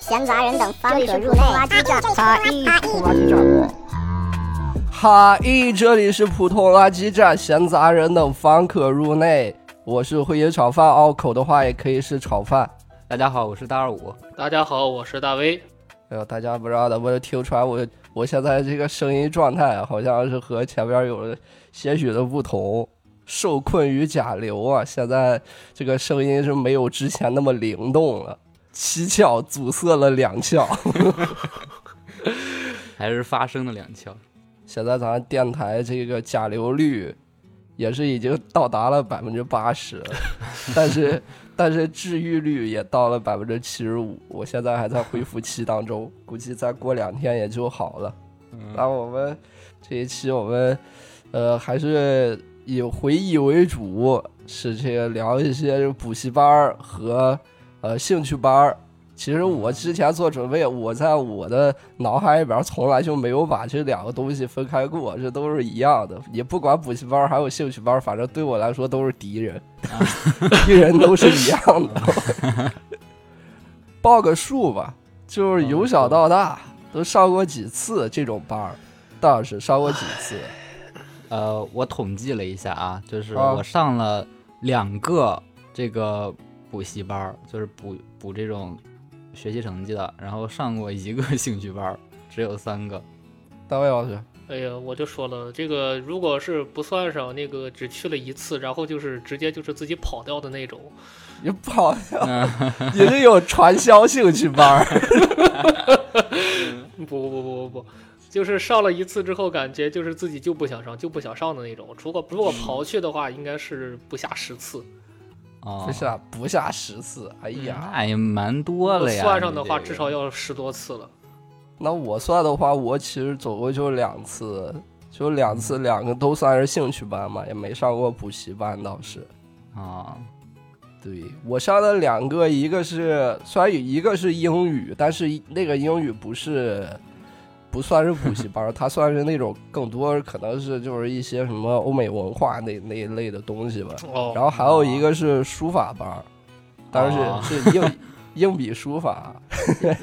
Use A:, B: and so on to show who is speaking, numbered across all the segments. A: 闲杂人等方可入内。哈一，
B: 垃圾站。哈咦，这里是普通垃圾站，闲杂人等方可入内。我是会野炒饭，拗口的话也可以是炒饭。
C: 大家好，我是大二五。
D: 大家好，我是大威。
B: 哎呦，大家不知道的，我听出来我我现在这个声音状态好像是和前边有了些许的不同，受困于甲流啊，现在这个声音是没有之前那么灵动了，七窍阻塞了两窍。
C: 还是发声的两窍。
B: 现在咱电台这个甲流率也是已经到达了百分之八十，但是但是治愈率也到了百分之七十五，我现在还在恢复期当中，估计再过两天也就好了。那我们这一期我们呃还是以回忆为主，是这个聊一些这个补习班儿和呃兴趣班儿。其实我之前做准备，我在我的脑海里边从来就没有把这两个东西分开过，这都是一样的，也不管补习班儿还有兴趣班儿，反正对我来说都是敌人， 敌人都是一样的。报个数吧，就是由小到大都上过几次这种班儿，倒是上过几次。
C: 呃，我统计了一下啊，就是
B: 啊
C: 我上了两个这个补习班儿，就是补补这种学习成绩的，然后上过一个兴趣班儿，只有三个。
B: 大卫老师，
D: 哎呀，我就说了，这个如果是不算上那个只去了一次，然后就是直接就是自己跑掉的那种，
B: 你跑掉，你是有传销兴趣班儿，
D: 不不不不不不，就是上了一次之后，感觉就是自己就不想上，就不想上的那种。如果如果刨去的话，应该是不下十次。
C: 哦
B: 不，
D: 啊
B: 下不下十次，哎呀。
C: 那也蛮多了呀。
D: 算上的话，
C: 你这
D: 至
C: 个
D: 少要十多次了。
B: 那我算的话，我其实走过就两次，就两次，两个都算是兴趣班嘛，也没上过补习班，倒是。
C: 啊，
B: 对我上的两个，一个是虽然有一个是英语，但是那个英语不是不算是补习班，它算是那种更多可能是就是一些什么欧美文化那那一类的东西吧。然
D: 哦，
B: 后还有一个是书法班，但是
C: 哦
B: 是硬、硬笔书法。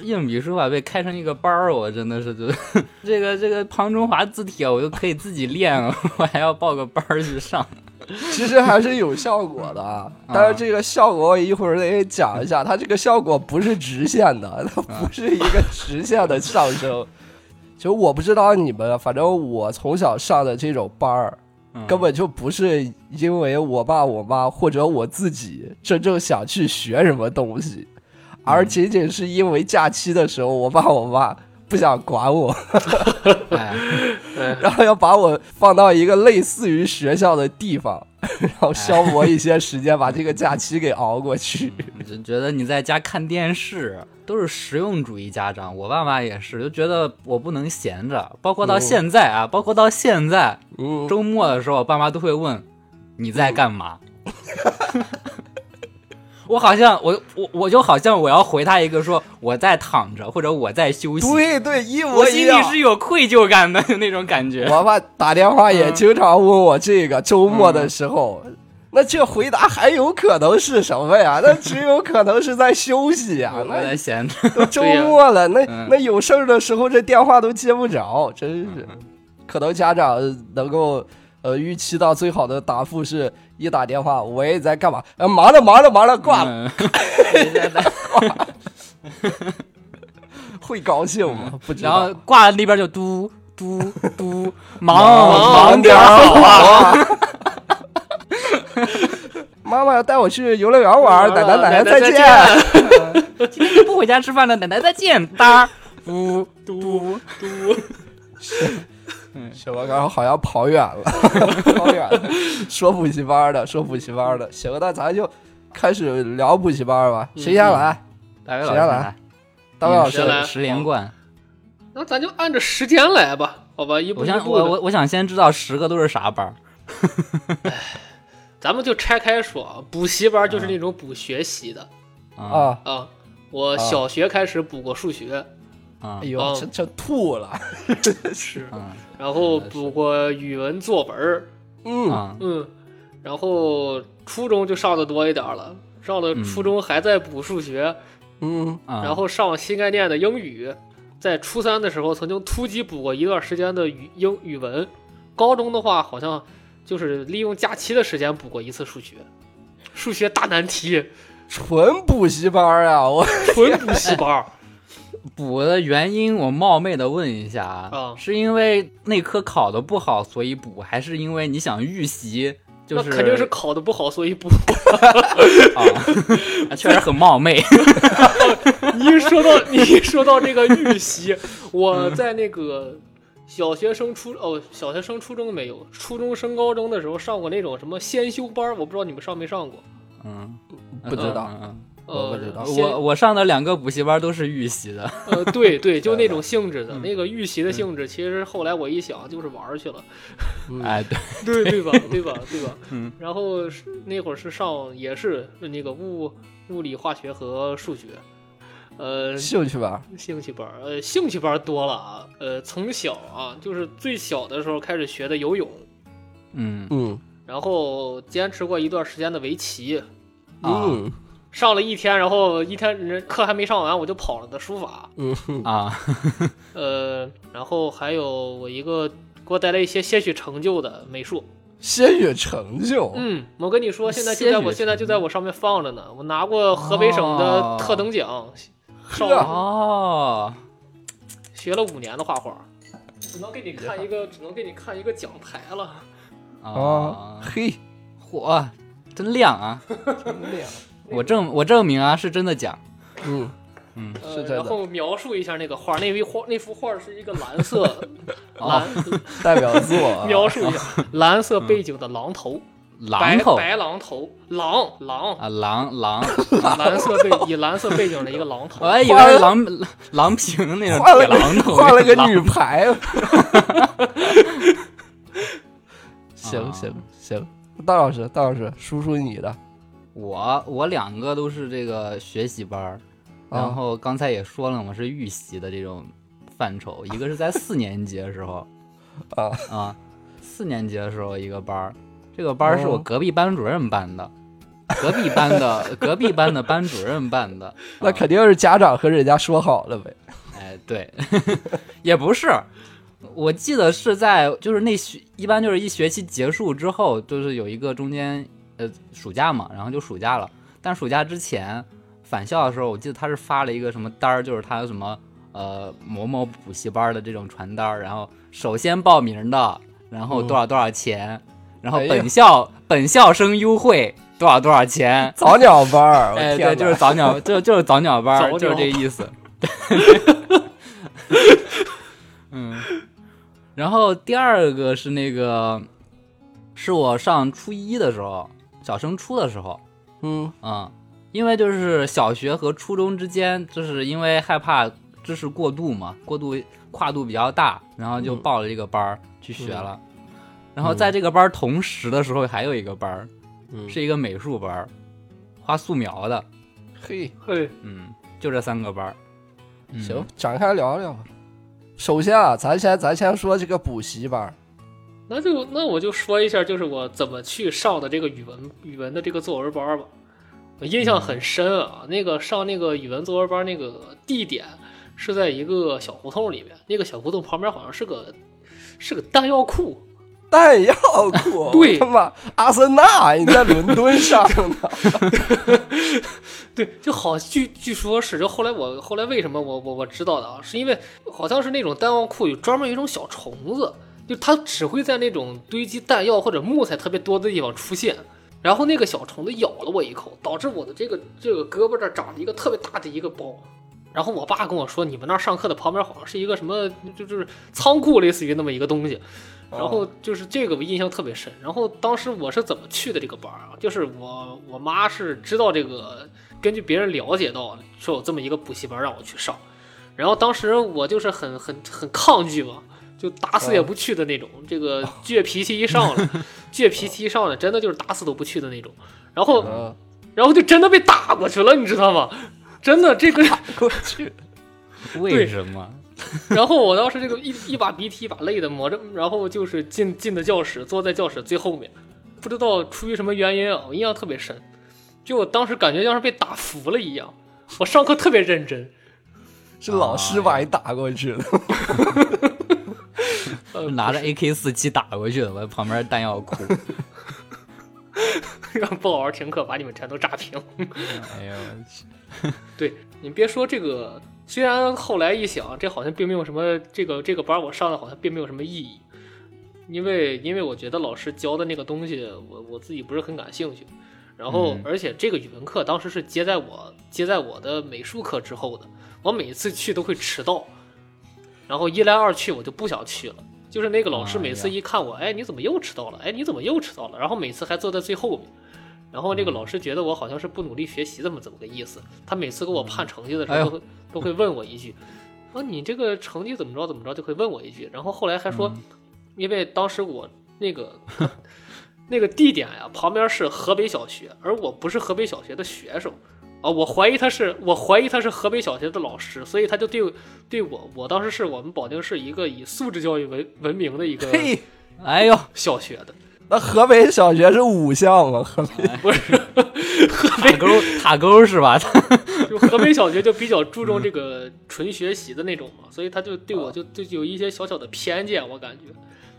C: 硬笔书法被开成一个班儿，我真的是就 这个这个庞中华字帖，我就可以自己练了， 我还要报个班儿去上。
B: 其实还是有效果的，但是这个效果我一会儿得讲一下，它这个效果不是直线的，它不是一个直线的上升。就我不知道你们，反正我从小上的这种班儿，
C: 嗯
B: 根本就不是因为我爸我妈或者我自己真正想去学什么东西，而仅仅是因为假期的时候，我爸我妈不想管我，
C: 哎，
B: 然后要把我放到一个类似于学校的地方， 然后消磨一些时间，把这个假期给熬过去。
C: 我就觉得你在家看电视都是实用主义家长，我爸妈也是，就觉得我不能闲着。包
B: 哦
C: 括到现在啊，包括到现在
B: 嗯，
C: 周末的时候，我爸妈都会问你在干嘛。 我好像我我我就好像我要回他一个说我在躺着或者我在休息，
B: 对对，一模
C: 我
B: 一
C: 心里
B: 样。
C: 是有愧疚感的那种感觉。
B: 我爸打电话也经常问我这个，周末的时候。那这回答还有可能是什么呀？那只有可能是在休息啊呀、
C: 我在
B: 那
C: 闲着，
B: 都周末了，那
C: 嗯
B: 那有事儿的时候这电话都接不着，真是。可能家长能够呃预期到最好的答复是一打电话，喂，你在干嘛？呃，忙着忙着忙着挂了，
C: 嗯人家在
B: 会高兴吗？不知
C: 然
B: 道
C: 后。挂那边就嘟嘟嘟，忙
B: 忙
C: 点儿
B: 好啊！ 妈妈要带我去游乐园玩，奶奶奶奶再见。
C: 见。今天就不回家吃饭了，奶奶再见。哒，嘟嘟嘟，
B: 小王刚好像跑远了，跑远了。说补习班的，说补习班的，行，那咱就开始聊补习班吧。谁先来？
C: 大卫
B: 谁要
C: 老
B: 来
C: 师，
B: 大卫老师啊
D: 谁来
C: 十连冠。
D: 那咱就按着时间来吧，好吧？一步
C: 我
D: 一
C: 想，
D: 步
C: 我
D: 的，
C: 我我想先知道十个都是啥班儿。
D: 咱们就拆开说啊。补习班就是那种补学习的
C: 啊
B: 啊
D: 啊。我小学开始补过数学，
C: 啊
B: 哎，呦，
D: 嗯
B: 这这吐了，
D: 是。
C: 嗯
D: 然后
C: 是
D: 补过语文作文儿，
B: 嗯，
C: 啊，
D: 嗯，然后初中就上的多一点儿了，上了
C: 嗯啊
D: 初中还在补数学，
B: 嗯，
D: 然
C: 然
D: 后上新概念的英语，在初三的时候曾经突击补过一段时间的语英语文，高中的话好像就是利用假期的时间补过一次数学，数学大 难题，
B: 纯补习班儿啊，我
D: 纯补习班儿，
C: 补的原因，我冒昧的问一下啊
B: 哦
D: 啊，
C: 是因为那科考的不好所以补，还是因为你想预习？就
D: 那
C: 是
D: 肯定是考的不好所以补。
C: 啊， 那确实很冒昧。
D: 你一说到你一说到这个预习，我在那个小学生初哦，小学生初中没有，初中升高中的时候上过那种什么先修班儿，我不知道你们上没上过。
C: 嗯，
B: 不知道
C: 嗯，嗯
D: 呃，
B: 我不知道
C: 嗯
D: 先
C: 我我上的两个补习班都是预习的。
D: 呃，对对，就那种性质的
C: 嗯
D: 那个预习的性质，其实后来我一想，就是玩儿去了，
B: 嗯
C: 哎，对，
D: 对 对吧？对吧？对吧？
C: 嗯。
D: 然后是那会儿是上也是那个物物理、化学和数学，呃，
B: 兴趣班儿，
D: 兴趣班儿，呃，兴趣班儿多了啊，呃，从小啊，就是最小的时候开始学的游泳，
C: 嗯
B: 嗯
D: 然后坚持过一段时间的围棋，
C: 啊
B: 嗯
D: 上了一天，然后一天人课还没上完，我就跑了的书法，
B: 嗯，
C: 啊，
D: 呃，然后还有我一个给我带来一些些许成就的美术，
B: 些许成就，
D: 嗯，我跟你说，现在就哦
C: 些
D: 在
C: 许
D: 我现在
C: 成
D: 就在我上面放着呢，我拿过河北省的特等奖，上
B: 呵
C: 哦，
D: 学了五年的画画，只能给你 看一个，只能给你看一个奖牌了。
B: 啊，嘿，
C: 嚯，真亮啊！我证我证明啊，是真的讲。
B: 嗯是
D: 呃，
B: 真的
D: 然后描述一下那个画，那幅画那幅画是一个蓝色蓝，
B: 代表作啊
D: 描述一下蓝色背景的狼头，
C: 榔头
D: 白白狼头，狼狼，
C: 啊，狼 狼，
D: 蓝色背以蓝色背景的一个狼头
C: 我，还以为是狼狼平那种
B: 换了
C: 铁
B: 个
C: 榔 头，
B: 画了个
C: 狼
B: 女排。行行行，大啊老师，大老师，叔叔你的，
C: 我我两个都是这个学习班儿，
B: 哦啊
C: 然后刚才也说了嘛，是预习的这种范畴。一个是在四年级的时候，
B: 啊
C: 啊，四年级的时候一个班儿，这个班儿是我隔壁班主任办的，隔壁班的 隔壁班的班主任办的。
B: 那肯定是家长和人家说好了呗。
C: 哎，对， 也不是，我记得是在就是那学一般就是一学期结束之后，就是有一个中间呃暑假嘛，然后就暑假了。但暑假之前返校的时候，我记得他是发了一个什么单儿，就是他什么呃某某补习班的这种传单儿，然后首先报名的，然后多少多少钱，然
B: 嗯
C: 后
B: 哎呦
C: 本校、本校生优惠多少多少钱，
B: 早鸟班儿，我
C: 哎，
B: 天哪
C: 对，就是早鸟，就就是早鸟班儿，
D: 早
C: 就是
D: 鸟
C: 这个 意思。嗯，然后第二个是那个，是我上初一的时候，小升初的时候，
B: 嗯
C: 嗯，因为就是小学和初中之间，就是因为害怕知识过度嘛，过度跨度比较大，然后就
B: 嗯
C: 报了这个班儿去学了。然后在这个班儿同时的时候，还有一个班儿
B: 嗯，
C: 是一个美术班儿，画素描的。
B: 嘿，
D: 嘿，
C: 嗯，就这三个班儿。嗯
B: 行，，展开聊聊吧。首先啊，咱先咱先说这个补习班儿，
D: 那就那我就说一下，就是我怎么去上的这个语文语文的这个作文班吧。我印象很深啊，那个上那个语文作文班那个地点是在一个小胡同里面，那个小胡同旁边好像是个是个弹药库，
B: 弹药库，
D: 对
B: 我他妈阿森纳，你在伦敦上的，
D: 对，就好据据说是，就后来我后来为什么我我我知道的啊，是因为好像是那种弹药库有专门有一种小虫子，就它只会在那种堆积弹药或者木材特别多的地方出现。然后那个小虫子咬了我一口，导致我的这个这个胳膊这儿长了一个特别大的一个包。然后我爸跟我说，你们那儿上课的旁边好像是一个什么，就就是仓库，类似于那么一个东西。然
B: 啊
D: 后就是这个我印象特别深。然后当时我是怎么去的这个班儿啊？就是我我妈是知道这个，根据别人了解到说有这么一个补习班让我去上，然后当时我就是很很很抗拒嘛，就打死也不去的那种。这个倔脾气一上来，倔脾气一上来，真的就是打死都不去的那种。然后
B: 嗯，
D: 然后就真的被打过去了，你知道吗？真的，这个
B: 过去，
C: 为什 么？
D: 然后我当时这个一一把鼻涕一把泪的抹着，然后就是进进的教室，坐在教室最后面，不知道出于什么原因啊，我印象特别深，就我当时感觉像是被打服了一样，我上课特别认真，
B: 是老师把你打过去的。
D: 呃，
C: 拿着 AK 四七打过去的，我旁边弹药 库。
D: 让 不好好听课把你们全都炸平。
C: 哎 呦我去！
D: 对你别说这个，虽然后来一想，这好像并没有什么，这个这个班我上的好像并没有什么意义，因为因为我觉得老师教的那个东西，我我自己不是很感兴趣。然后
C: 嗯，
D: 而且这个语文课当时是接在我接在我的美术课之后的，我每次去都会迟到，然后一来二去我就不想去了。就是那个老
C: 哎
D: 师
C: 呀
D: 每次一看我，哎，你怎么又迟到了？哎，你怎么又迟到了？然后每次还坐在最后面。然后那个老师觉得我好像是不努力学习，这么怎么个意思？他每次给我判成绩的时
C: 哎
D: 候，
C: 呦
D: 都会、都会问我一句， 说你这个成绩怎么着怎么着，就会问我一句。然后后来还说，
C: 嗯
D: 因为当时我那个 那个地点呀、旁边是河北小学，而我不是河北小学的学生。啊，我怀疑他是，我怀疑他是河北小学的老师，所以他就对对我，我当时是我们保定市一个以素质教育为闻名的一个
B: 嘿，
C: 哎呦，
D: 小学的，
B: 那河北小学是五项吗？河北
D: 不是河
C: 塔
D: 北
C: 沟塔沟是吧？
D: 就河北小学就比较注重这个纯学习的那种嘛，所以他就对我就就有一些小小的偏见，我感觉，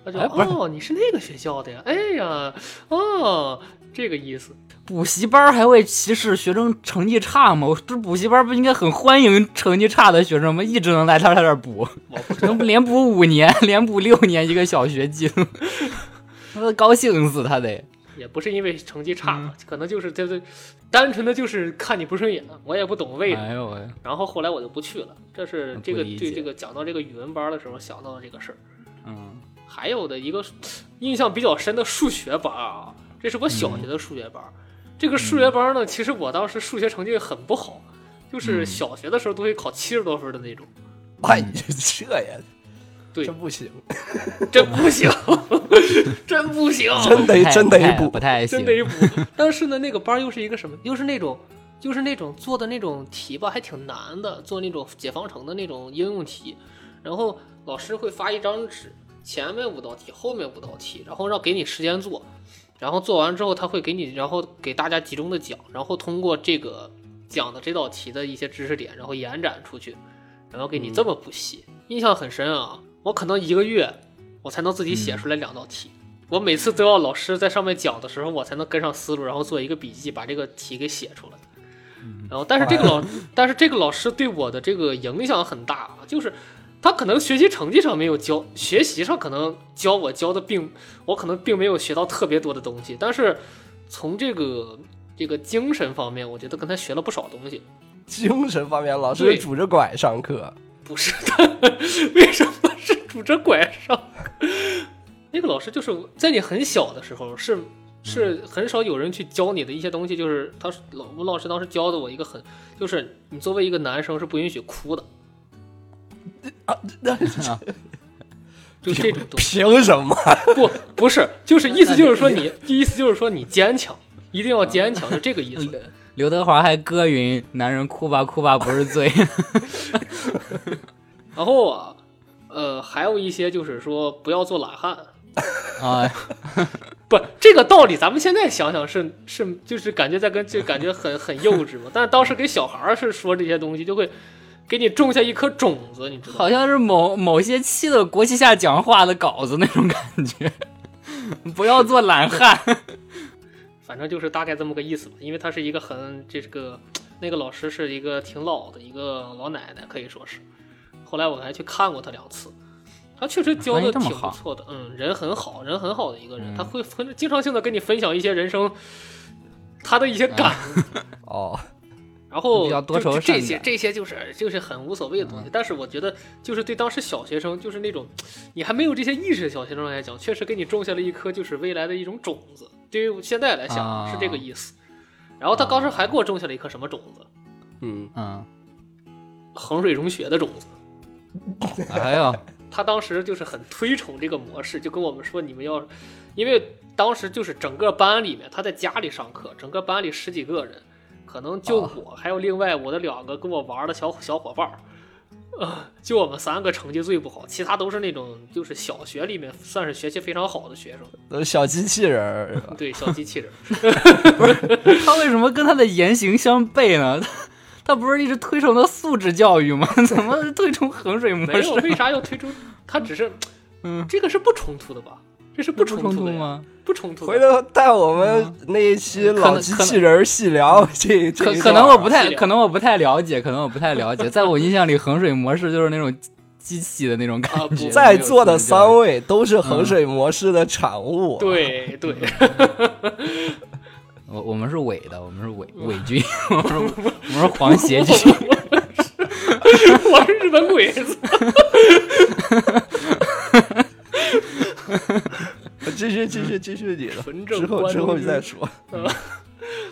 D: 他就
C: 哎不是
D: 哦，你是那个学校的呀，哎呀，哦，这个意思，
C: 补习班还会歧视学生成绩差吗？这补习班不应该很欢迎成绩差的学生吗？一直能来他这儿补，
D: 我不
C: 能连补五年，连补六年一个小学季度， 他高兴死他 得。
D: 也不是因为成绩差
C: 嗯
D: 嘛，可能就是这这单纯的就是看你不顺眼，我也不懂为什么，
C: 哎呦喂，
D: 然后后来我就不去了，这是
C: 嗯
D: 这
C: 不
D: 个
C: 理
D: 对
C: 解
D: 这个讲到这个语文班的时候想到的这个事儿。
C: 嗯，
D: 还有的一个印象比较深的数学班啊，这是我
C: 嗯
D: 小学的数学班。这个数学班呢，其实我当时数学成绩很不好，就是
C: 嗯
D: 小学的时候都会考七十多分的那种。
B: 哎，你这也
D: 对
B: 这不行，
D: 真不行， 真不行，
B: 真得
C: 不太
B: 真
C: 不
B: 得
C: 太
B: 补
C: 不。太行
D: 真。得补。但是呢，那个班又是一个什么？又是那种，就是那种做的那种题吧，还挺难的，做那种解方程的那种应用题。然后老师会发一张纸，前面五道题，后面五道题，然后让给你时间做。然后做完之后，他会给你，然后给大家集中的讲，然后通过这个讲的这道题的一些知识点，然后延展出去，然后给你这么补习。印象很深啊，我可能一个月我才能自己写出来两道题。我每次都要老师在上面讲的时候，我才能跟上思路，然后做一个笔记，把这个题给写出来。然后，但是这个老，但是这个老师对我的这个影响很大啊，就是他可能学习成绩上没有教，学习上可能教我教的并，我可能并没有学到特别多的东西，但是从这个这个精神方面，我觉得跟他学了不少东西。
B: 精神方面，老
D: 对
B: 师拄着拐上课，
D: 不是他，为什么是拄着拐上？那个老师就是在你很小的时候，是是很少有人去教你的一些东西，就是他是老我们老师当时教的我一个很，就是你作为一个男生是不允许哭的，
B: 那
D: 就这种东 西。
B: 凭什么？
D: 不不是，就是意思就是说你，意思就是说你坚强，一定要坚强，就这个意思。
C: 刘德华还歌云：“男人哭吧哭吧不是罪。
D: 然后啊，呃，还有一些就是说不要做懒汉，”
C: 啊，
D: 不，这个道理咱们现在想想是是，就是感觉在跟就感觉很很幼稚嘛。但是当时给小孩儿是说这些东西，就会给你种下一颗种子，你知道吗？
C: 好像是某某些期的国旗下讲话的稿子那种感觉。 不要做懒汉。
D: 反正就是大概这么个意思吧。因为他是一个很这是个那个老师是一个挺老的一个老奶奶，可以说是。后来我还去看过他两次，他确实教
C: 哎
D: 的
C: 这么
D: 挺不
C: 好
D: 错的，嗯，人很好，人很好的一个人，
C: 嗯
D: 他会分经常性的跟你分享一些人生他的一些感悟。
B: 哦，
D: 然后
C: 比较多
D: 就
C: 愁
D: 就这
C: 善
D: 些
C: 感嗯
D: 这些就是就是很无所谓的东西，但是我觉得就是对当时小学生，就是那种你还没有这些意识的小学生来讲，确实给你种下了一颗就是未来的一种种子。对于我现在来讲、
C: 啊
D: 是这个意思。然后他当时还给我种下了一颗什么种子？
B: 嗯，
C: 嗯，
D: 衡水中学的种子。
C: 哎呦，
D: 他当时就是很推崇这个模式，就跟我们说你们要，因为当时就是整个班里面他在家里上课，整个班里十几个人，可能就
B: 哦
C: 啊
D: 我、还有另外我的两个跟我玩的小小伙伴儿，呃就我们三个成绩最不好，其他都是那种就是小学里面算是学习非常好的学生。
B: 都是小机器人儿，是吧
D: 对，小机 器人。
C: 他为什么跟他的言行相悖呢？ 他他不是一直推崇的素质教育吗？ 怎么推崇衡水模
D: 没
C: 式
D: 有，？为啥要推出？他只是
C: 啊嗯，
D: 这个是不冲突的吧？这是不
C: 冲
D: 冲
C: 突
D: 的呀？
C: 吗？
D: 不冲突的。
B: 回头带我们那一期
C: 嗯
B: 老机器人儿细聊这这
C: 可
B: 一段
C: 可能我不
D: 细
C: 太
D: 聊
C: 可能我不太了解，可能我不太了解。 在我印象里，衡水模式就是那种机器的那种
D: 啊
C: 感
D: 不
C: 觉。
B: 在座的三位都是衡水模式的产物，，
D: 嗯对 对，
C: 我我们是伪的，我们是伪伪军， 我们是我们是皇协军。
D: 我是日 本鬼子。
B: 继续继续继续你的，
D: 嗯纯正
B: 之后
D: 关
B: 之后
D: 东
B: 你
D: 军
B: 再说。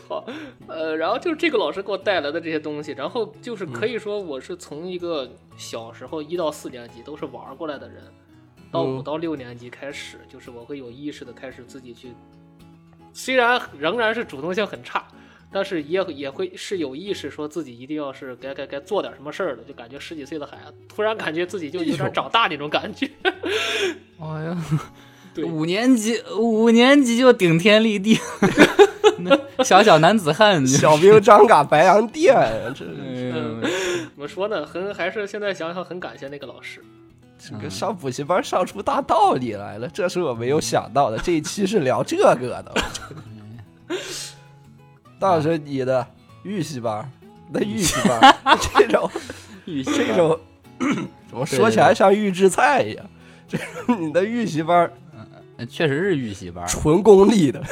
D: 好，呃，然后就是这个老师给我带来的这些东西，然后就是
C: 嗯
D: 可以说我是从一个小时候一到四年级都是玩过来的人，到
B: 嗯
D: 五到六年级开始，就是我会有意识的开始自己去，虽然仍然是主动性很差，但是也也会是有意识说自己一定要是该该该做点什么事儿了，就感觉十几岁的孩子突然感觉自己就有点长大那种感觉。
C: 哎呀，
D: 对
C: 五年级五年级就顶天立 地，那小小男子 汉。
B: 小兵张嘎白洋淀，这
C: 哎
B: 是
C: 呦
D: 嗯怎么说呢？很还是现在想想很感谢那个老师。
B: 这
C: 嗯
B: 个上补习班上出大道理来了，这是我没有想到的。
C: 嗯
B: 这一期是聊这个 的，到时候你的预习班，那预习班
C: 嗯
B: 这种
C: 预习
B: 这种
C: 嗯
B: 怎么说起来像预制菜一样？ 这种你的预习班
C: 呃确实是预习 班儿。
B: 纯功利的，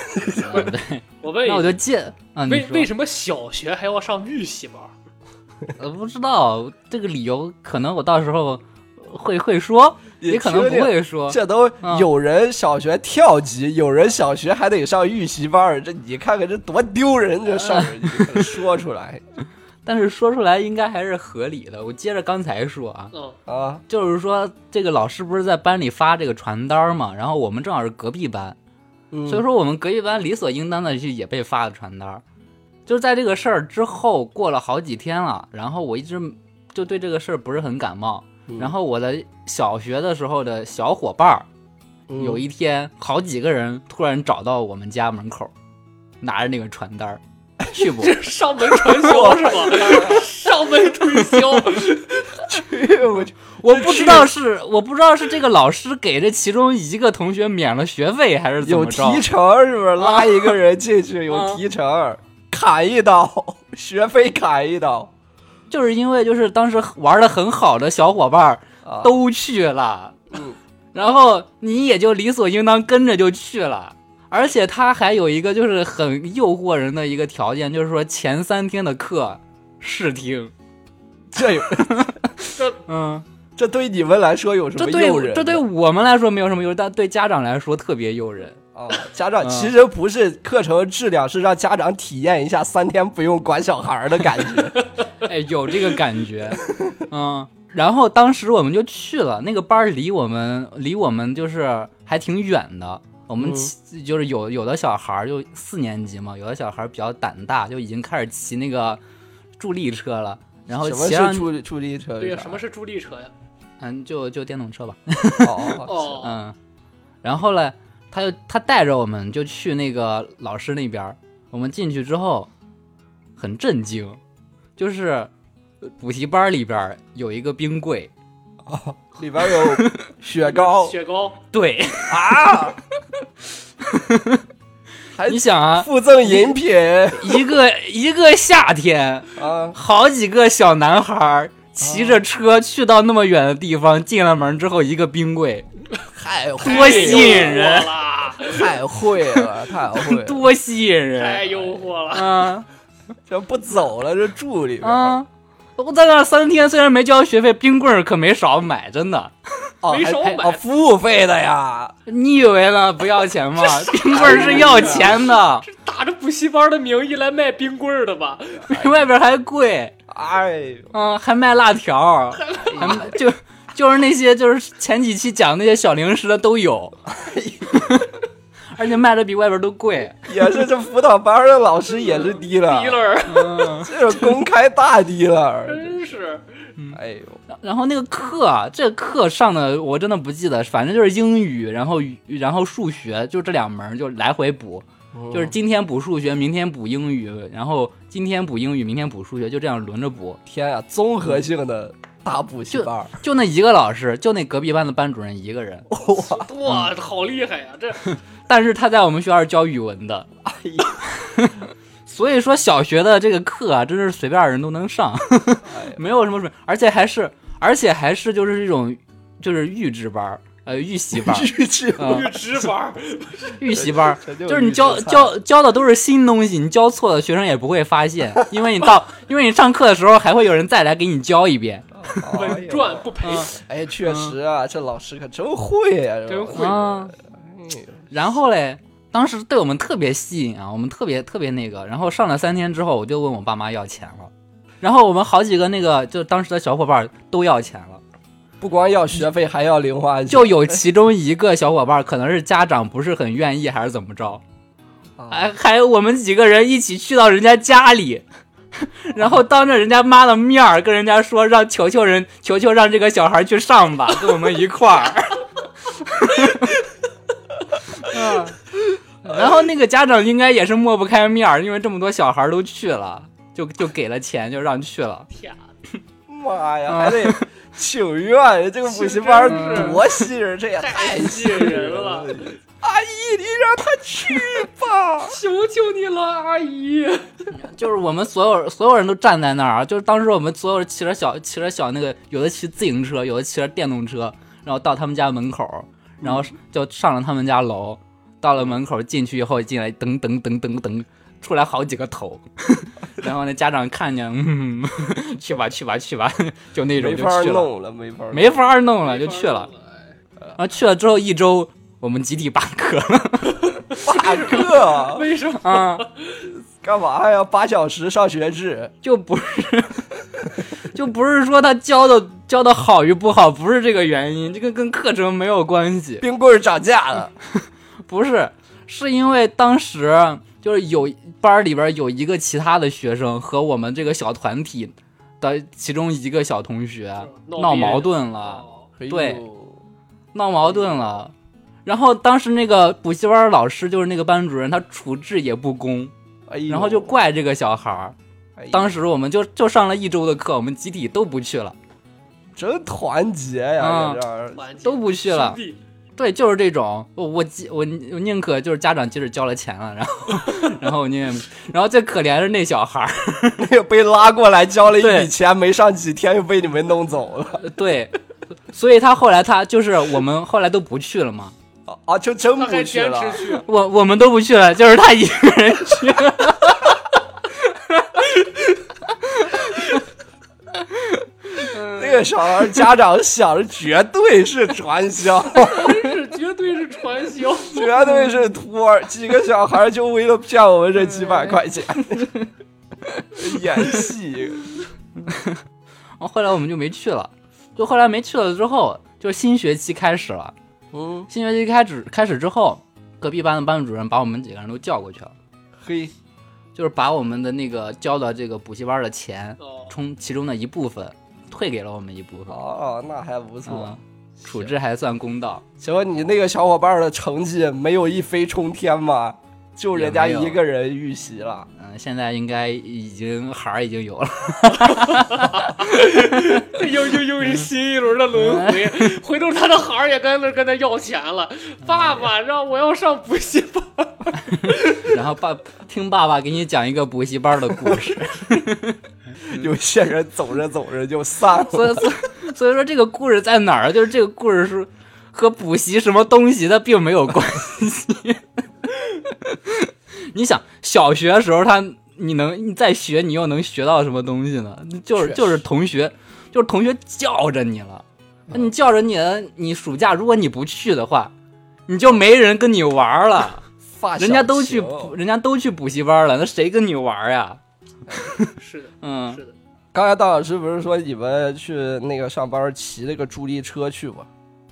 C: 嗯对，
D: 我问一
C: 那我
D: 下，
C: 就借啊，你
D: 为为
C: 说
D: 什么小学还要上预习班？
C: 呃不知道这个理由，可能我到时候会会说，
B: 你
C: 也可能
B: 听听
C: 不会说。
B: 这都
C: 嗯
B: 有人小学跳级，有人小学还得上预习班儿，这你看看这多丢人！这
C: 嗯
B: 事儿你说出来
C: 但是说出来应该还是合理的。我接着刚才说啊，
D: 嗯，
B: 啊，
C: 就是说这个老师不是在班里发这个传单儿嘛，然后我们正好是隔壁班，
B: 嗯
C: 所以说我们隔壁班理所应当的就也被发了传单儿。就是在这个事儿之后过了好几天了，然后我一直就对这个事儿不是很感冒。
B: 嗯
C: 然后我的小学的时候的小伙伴儿，
B: 嗯
C: 有一天好几个人突然找到我们家门口，拿着那个传 单儿，去不？
D: 这上门传销是吧？上门推销，
B: 我就
C: 我不知道是我不知道是这个老师给这其中一个同学免了学费，还是怎
B: 有
C: 么着
B: 提？成是不是？拉一个人进去有
C: 啊
B: 提成，砍一刀，学费砍一刀
C: 就是因为就是当时玩的很好的小伙伴儿
B: 啊！
C: 都去了，
B: 嗯
C: 然后你也就理所应当跟着就去了。而且他还有一个就是很诱惑人的一个条件，就是说前三天的课试听，
B: 这有
C: 嗯，
B: 这对你们来说有什
C: 这
B: 么诱人的？
C: 对这对我们来说没有什么诱人，但对家长来说特别诱人。
B: 啊，家长
C: 嗯
B: 其实不是课程质量，是让家长体验一下三天不用管小孩儿的感觉。
C: 哎，有这个感觉，嗯。然后当时我们就去了，那个班儿离我们离我们就是还挺远的。我们
B: 嗯
C: 骑、就是有有的小孩儿就四年级嘛，有的小孩儿比较胆大，就已经开始骑那个助力车了。 然后
B: 什么
C: 骑上
B: 是助力助力车？
D: 对呀，什么是助力车呀？
C: 嗯，就就电动车吧，
B: 哦
D: 哦，
C: 嗯。然后呢，他就他带着我们就去那个老师那边儿。我们进去之后，很震惊，就是补习班儿里边儿有一个冰柜，
B: 里边有雪 糕
D: 雪糕，
C: 对，
B: 啊，还
C: 你想 啊，
B: 附赠饮 品
C: 一个一个夏天，
B: 啊，
C: 好几个小男孩儿
D: 嗯
C: 骑着车去到那么远的地方，进了门之后，一个冰柜，
B: 太会
C: 多吸引人，
D: 啦，
B: 太会了，太会了，
C: 多吸引
D: 太
C: 人！
D: 诱惑了。
C: 啊
B: 这不走了，这住里边
C: 啊！我在那三天，虽然没交学费，冰棍儿可没少买，真的。
B: 哦，
D: 没
B: 还
D: 少
B: 还
D: 买
B: 哦，服务费的呀，
C: 你以为呢？不要钱 吗？冰棍儿是要钱的，
D: 打着补习班的名义来卖冰棍儿的吧？
C: 比 外边还贵。
B: 哎呦，
C: 嗯，还卖辣条儿，还卖就就是那些就是前几期讲那些小零食的都有，而且卖的比外边都贵。
B: 也是这辅导班的
D: 啊
B: 老师也是低了，
D: 提了，
C: 嗯，
B: 这是公开大低了，
D: 真是
B: 哎呦，
C: 然后那个课啊，这个课上的我真的不记得，反正就是英语，然后语然后数学，就这两门儿就来回补，就是今天补数学，明天补英语，然后今天补英语，明天补数学，就这样轮着补。
B: 天呀，综合性的大补习班儿，
C: 就那一个老师，就那隔壁班的班主任一个人，
D: 哇，好厉害呀！这
C: 但是他在我们学校是教语文的，
B: 哎呀，
C: 所以说小学的这个课啊，真是随便人都能上，
B: 哎
C: 没有什么准，而且还是而且还是就是这种就是预制班儿，呃预习班儿，
B: 预制
C: 嗯
D: 预制班儿，
C: 预 习班儿，
B: 就
C: 就是你教教教的都是新东西，你教错了学生也不会发现，因为你到 因为你上课的时候还会有人再来给你教一遍。
D: 稳赚不赔，
C: 嗯
B: 哎，确实啊，这老师可真会呀、
D: 真
B: 是吧
D: 会
C: 啊，然后嘞，当时对我们特别吸引啊，我们特别特别那个。然后上了三天之后，我就问我爸妈要钱了，然后我们好几个那个就当时的小伙伴都要钱了，
B: 不光要学费，还要零花钱，
C: 就有其中一个小伙伴可能是家长不是很愿意还是怎么着，哎
B: 啊
C: 还还有我们几个人一起去到人家家里， 然后当着人家妈的面儿跟人家说，让球球人球球让这个小孩去上吧，跟我们一块儿。嗯， 然后那个家长应该也是抹不开面儿，因为这么多小孩都去了，就就给了钱，就让去了。
D: 天啊，
B: 妈呀，
C: 啊
B: 还得请愿，这个补习班
D: 真是
B: 多吸引人，这也
D: 太
B: 太
D: 吸引人了！
B: 阿姨，你让他去 吧。
D: 求求你了，阿姨！
C: 就是我们所有所有人都站在那儿啊，就是当时我们所有人骑着小骑着小那个，有的骑自行车，有的骑着电动车，然后到他们家门口，然后就上了他们家楼，到了门口进去以后进来，噔噔噔噔噔，出来好几个头， 然后那家长看见，嗯，去吧去吧去吧，就那种
B: 没
C: 就
B: 法
C: 去了，
B: 弄了，没法弄
C: 没法弄了就
D: 没法
C: 去了
D: 弄，哎
C: 然后去了之后一周，我们集体罢课了
B: 罢课，
D: 为什么？
C: 啊。
B: 干嘛呀？八小时上学制，
C: 就不是，就不是说他教的教的好与不好，不是这个原因，这个跟课程没有关系，
B: 冰棍儿涨价了，
C: 不是，是因为当时就是有班里边有一个其他的学生和我们这个小团体的其中一个小同学
D: 闹
C: 啊闹
D: 别
C: 矛
D: 人
C: 盾啊了，
D: 哦
B: 哎
C: 对闹矛盾了，然后当时那个补习班老师就是那个班主任，他处置也不公，
B: 哎呦，
C: 然后就怪这个小孩儿。
B: 哎呦，
C: 当时我们就就上了一周的课，我们集体都不去了，
B: 真团结呀，
C: 啊
B: 在这儿
D: 团结
C: 都不去了
D: 兄。弟
C: 对，就是这种，我我记我我宁可就是家长即使交了钱了，然后 然后我宁愿，然后最可怜的是那小孩儿，
B: 那个被拉过来交了一笔
C: 对
B: 钱，没上几天又被你们弄走了，
C: 对，所以他后来他就是我们后来都不去了嘛，
B: 啊啊，就真
D: 他
B: 不
D: 还
B: 去
D: 坚
B: 了，
D: 持去，
C: 我我们都不去了，就是他一个人去了。
B: 那个小孩家长想的绝对是传销，
D: 真是绝对是传 销。
B: 绝对是托儿，几个小孩就为了骗我们这几百块钱，演戏，
C: 然 后后来我们就没去了，就后来没去了之后，就新学期开始了，
B: 嗯，
C: 新学期开始开始之后，隔壁班的班主任把我们几个人都叫过去了，
B: 嘿，
C: 就是把我们的那个交的这个补习班的钱，
D: 哦，
C: 充其中的一部分退给了我们一部分。
B: 哦，那还不错
C: 嗯。，处置还算公道，
B: 请问你那个小伙伴的成绩没有一飞冲天吗？就人家
C: 也没有
B: 一个人预习了，
C: 嗯，现在应该已经孩儿已经有了，
D: 这 又又又是新一轮的轮回， 回头他的孩儿也跟他跟他要钱了，爸爸让我要上补习班，
C: 然后爸听爸爸给你讲一个补习班的故事，
B: 有些人走着走着就散了。
C: 所以所以所以说这个故事在哪儿？啊就是这个故事是和补习什么东西它并没有关系。你想小学时候他你能你再学你又能学到什么东西呢？就是
B: 确
C: 就是同学就是同学叫着你了，那
B: 嗯
C: 你叫着你了，你暑假如果你不去的话，你就没人跟你玩儿了。
B: 发小
C: 人家都去
B: 情，
C: 补，人家都去补习班了，那谁跟你玩呀？
D: 是的，
C: 嗯，
D: 是的，
B: 刚才大老师不是说你们去那个上班骑那个助力车去吗？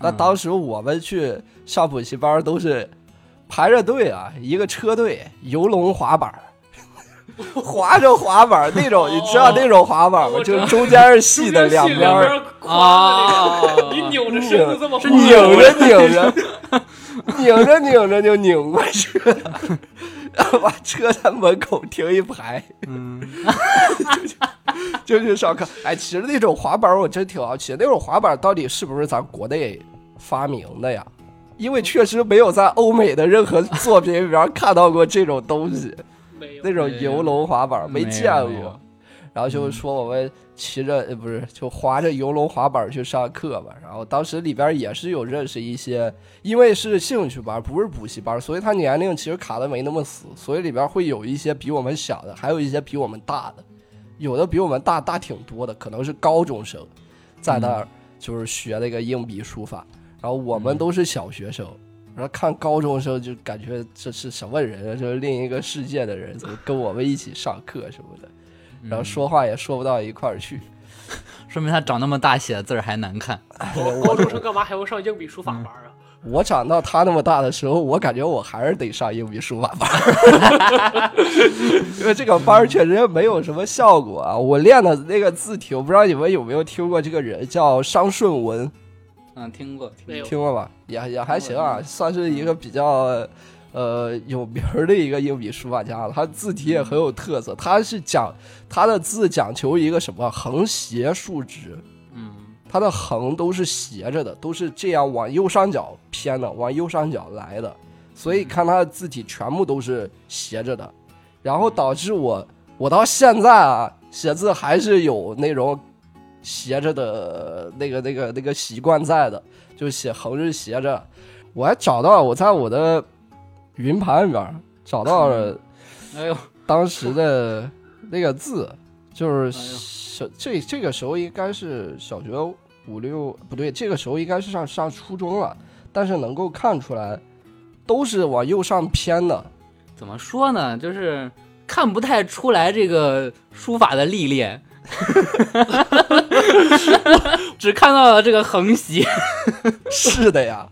B: 那当时我们去上补习班都是排着队啊，一个车队，游龙滑板， 滑着滑板那种，你知道那种滑板吗？
D: 我知
B: 就
D: 道
B: 哦中间是细的，两边
D: 边
B: 儿
D: 夸的那
C: 啊
D: 个，你扭着身子这么
B: 嗯是
D: 晃
B: 拧着拧着， 拧着拧着就拧过去了， 把车在门口停一排，
C: 嗯，
B: 就去上课。哎，其实那种滑板我真挺好奇，那种滑板到底是不是咱国内发明的呀？因为确实没有在欧美的任何作品里边看到过这种东西。
D: 没有
B: 那种游龙滑板
C: 没有
B: 见
C: 没有嗯
B: 过，然后就说我们骑着呃不是就滑着游龙滑板去上课嘛，然后当时里边也是有认识一些，因为是兴趣班不是补习班，所以他年龄其实卡的没那么死，所以里边会有一些比我们小的，还有一些比我们大的，有的比我们大大挺多的，可能是高中生，在那儿就是学那个硬笔书法，然后我们都是小学生。然后看高中生就感觉这是什么人啊，这是另一个世界的人，怎么跟我们一起上课什么的，然后说话也说不到一块儿去。
C: 说明他长那么大写的字儿还难看。
D: 高高中生干嘛还要上硬笔书法班啊？
B: 我长到他那么大的时候，我感觉我还是得上硬笔书法班儿， 因为这个班儿确实没有什么效果啊。我练的那个字体，我不知道你们有没有听过这个人叫商顺文，
C: 嗯，听过，听
D: 没有，
B: 听过吧？也也还行啊，算是一个比较呃有名儿的一个硬笔书法家了。他字体也很有特色，他是讲他的字讲求一个什么横斜竖直，
C: 嗯
B: 它的横都是斜着的，都是这样往右上角偏的，往右上角来的，所以看它的字体全部都是斜着的，然后导致我我到现在啊写字还是有那种斜着的那个那个那个习惯在的，就写横是斜着，我还找到我在我的云盘里边儿找到了。
C: 哎呦，
B: 当时的那个字，就是
C: 哎呦
B: 小、这这个时候应该是小学五六不对，这个时候应该是上上初中了，但是能够看出来都是往右上偏的，
C: 怎么说呢？就是看不太出来这个书法的历练，只看到了这个横斜。
B: 是的 呀。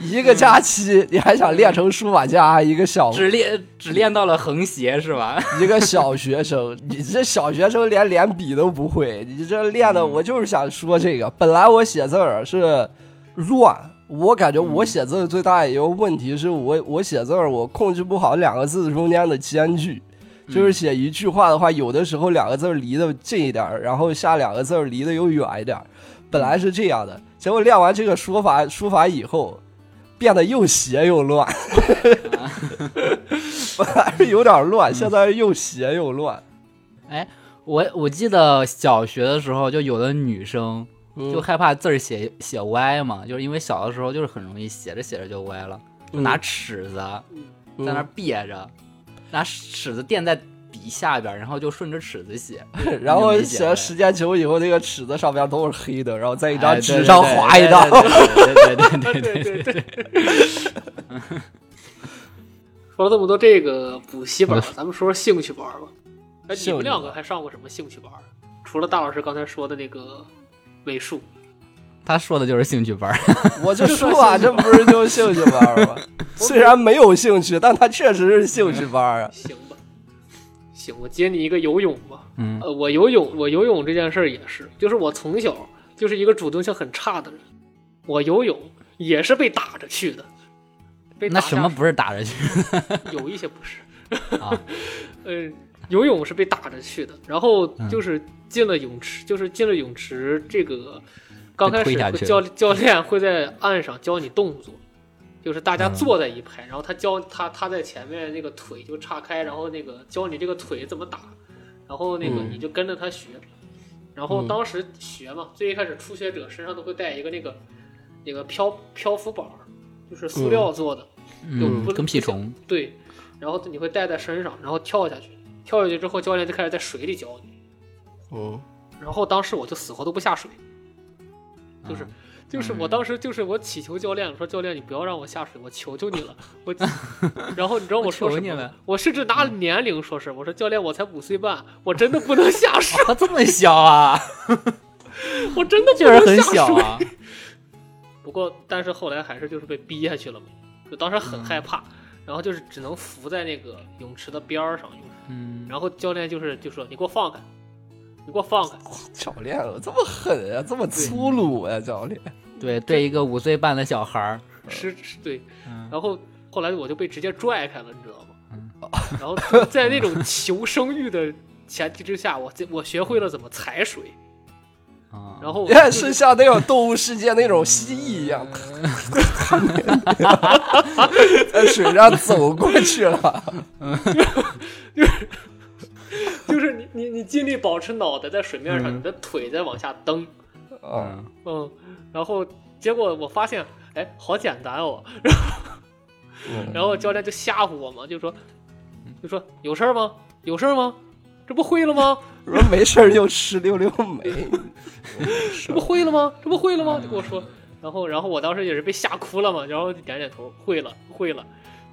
B: 一个假期，你还想练成书法家？一个小
C: 只练只练到了横斜是吧？
B: 一个小学生， 你这小学生连连笔都不会，你这练的，我就是想说这个。本来我写字儿是乱，我感觉我写字儿最大一个问题是我我写字儿我控制不好两个字中间的间距，就是写一句话的话，有的时候两个字儿离得近一点儿，然后下两个字儿离得又远一点儿，本来是这样的，结果练完这个说法书法以后，变得又斜又乱。 本来是有点乱，现在是又斜又乱。
C: 我我记得小学的时候，就有的女生
B: 嗯
C: 就害怕字儿写写歪嘛，就是因为小的时候就是很容易写着写着就歪了，就拿尺子在
B: 嗯
C: 那儿别着，拿尺子垫在笔下边儿，然后就顺着尺子写，
B: 然后
C: 理解
B: 写
C: 了
B: 了时间久以后，那个尺子上边都是黑的，然后在一
C: 哎
B: 张
C: 对
B: 纸上
C: 对
B: 划一道。
C: 对对对对对对对对对，
D: 说了这么多这个补习班，咱们说说兴趣班吧。哎，
B: 兴趣班
D: 你们两个还上过什么兴趣班？除了大老师刚才说的那个美术，
C: 他说的就是兴趣 班儿，
B: 我就说吧，这不是就是兴趣班 吗？虽然没有兴趣，但它确实是兴趣班 啊。
D: 行吧？行，我接你一个游泳吧。
C: 嗯
D: 呃，我游泳，我游泳这件事儿也是，就是我从小就是一个主动性很差的人，我游泳也是被打着去的。被
C: 那
D: 打
C: 什么
D: 下
C: 不是打着去
D: 水有一些不是，
C: 啊？
D: 呃，游泳是被打着去的，然后
C: 嗯
D: 就是进了泳池，就是进了泳池，这个刚开
C: 被
D: 始
C: 推下
D: 会
C: 去
D: 教教练会在岸上教你动作，就是大家
C: 嗯
D: 坐在一排，然后他教他他在前面那个腿就岔开，然后那个教你这个腿怎么打，然后那个
B: 嗯
D: 你就跟着他学，然后
B: 嗯
D: 当时学嘛，最一开始初学者身上都会带一个那个那个漂漂浮板儿，就是塑料做的，
C: 嗯，跟屁虫，
D: 对，然后你会带在身上，然后跳下去，跳下去之后，教练就开始在水里教你。
B: 嗯，
D: 然后当时我就死活都不下水，
C: 啊
D: 就是就是
C: 嗯
D: 我当时就是我祈求教练，我说教练你不要让我下水，我求求你了，我。 然后你知道我说
C: 我求
D: 什
C: 你
D: 么吗
C: 了？嗯
D: 我甚至拿年龄说事，我说教练我才五岁半，我真的不能下水，
C: 他这么小啊，
D: 我真的不
C: 确实
D: 能
C: 很
D: 下
C: 小
D: 水。
C: 啊。
D: 不过但是后来还是就是被逼
C: 嗯
D: 下去了嘛，就当时很害怕，然后就是只能浮在那个泳池的边儿上，泳
C: 嗯，
D: 然后教练就是就说你给我放开，你给我放开。
C: 哦
B: 教练这么狠呀、这么粗鲁呀、教练。
C: 对对，一个五岁半的小孩儿，
D: 是，是对。
C: 嗯，
D: 然后后来我就被直接拽开了，你知道吗？
C: 嗯
D: 然后就在那种求生欲的前提之下，我这我学会了怎么踩水，
C: 啊
D: 然后
B: 你看是像那种动物世界那种蜥蜴一样， 在水上走过去了。
D: 就是你你你尽力保持脑袋在水面上，
C: 嗯
D: 你的腿在往下蹬，
B: 嗯，
D: 嗯，然后结果我发现，哎，好简单哦。
B: 嗯
D: 然后教练就吓唬我嘛，就说
C: 嗯
D: 就说有事儿吗？有事儿吗？这不会了吗？
B: 我说没事儿就吃溜溜梅，
D: 这不会了吗？这不会了吗？就跟我说。然后，然后我当时也是被吓哭了嘛，然后就点点头，会了，会了，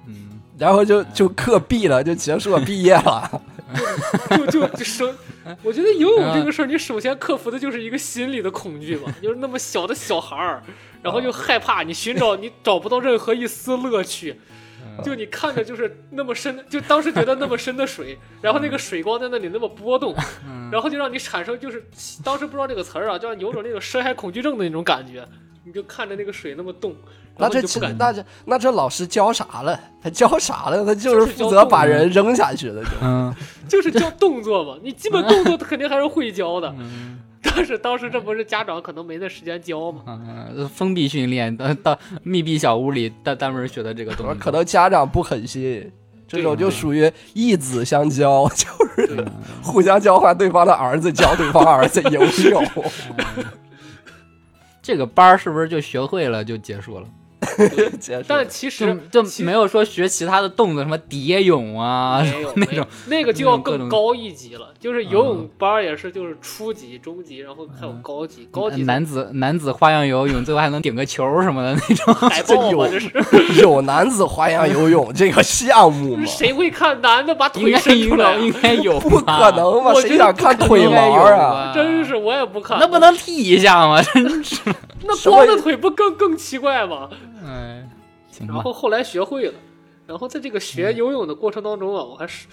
C: 嗯，
B: 然后就就课毕了，就结束了，毕业了。
D: 就就就生。我觉得游泳这个事儿，你首先克服的就是一个心理的恐惧嘛，就是那么小的小孩儿，然后又害怕，你寻找你找不到任何一丝乐趣，就你看着就是那么深的，就当时觉得那么深的水，然后那个水光在那里那么波动，然后就让你产生就是当时不知道这个词儿啊，就让你有种那种深海恐惧症的那种感觉，你就看着那个水那么动，
B: 那
D: 然后
B: 这
D: 你就不敢
B: 那这那这老师教啥了？他教啥了？他就是
D: 就是教
B: 负责把
D: 动物
B: 人扔下去的， 就
C: 嗯，
D: 就是教动作嘛，你基本 动作肯定还是会教的。
C: 嗯
D: 但是当时这不是家长可能没那时间教嘛，
C: 嗯，封闭训练，到到密闭小屋里，单单门学的这个东
B: 我
C: 西，
B: 可能家长不狠心，这种就属于义子相交， 就是
D: 啊
B: 互相交换对方的儿子，教对方儿子游泳。
C: 这个班儿是不是就学会了就结束了？
B: 结束
D: 但其实
C: 就就
D: 其实
C: 没有说学其他的动作，什么蝶泳啊
D: 没有
C: 那
D: 没有
C: 种，
D: 那个就要
C: 各种啊
D: 更高一级了，就是游泳班儿也是就是初级、中级，然后还有高级，高级
C: 男子男子花样游泳，最后还能顶个球什么的那种。
D: 海报嘛，这
B: 这
D: 是
B: 有男子花样游泳这个项目吗？
D: 谁会看男的把
C: 啊应
D: 腿
C: 该
D: 伸出
C: 有
D: 来
C: 了，
D: 啊？
C: 应该有，
B: 不可。能吧？
D: 我觉
B: 谁
D: 得
B: 想 看腿
C: 应该
B: 毛
C: 有
B: 啊？
C: 吧
D: 真是我也不看，
C: 那不能踢一下吗？ 真是，
D: 那光着腿不更更奇怪吗？
C: 哎，
B: 嗯
C: 行
D: 然
C: 吧，
D: 后后来学会了，然后在这个学游泳的过程当中啊，我还是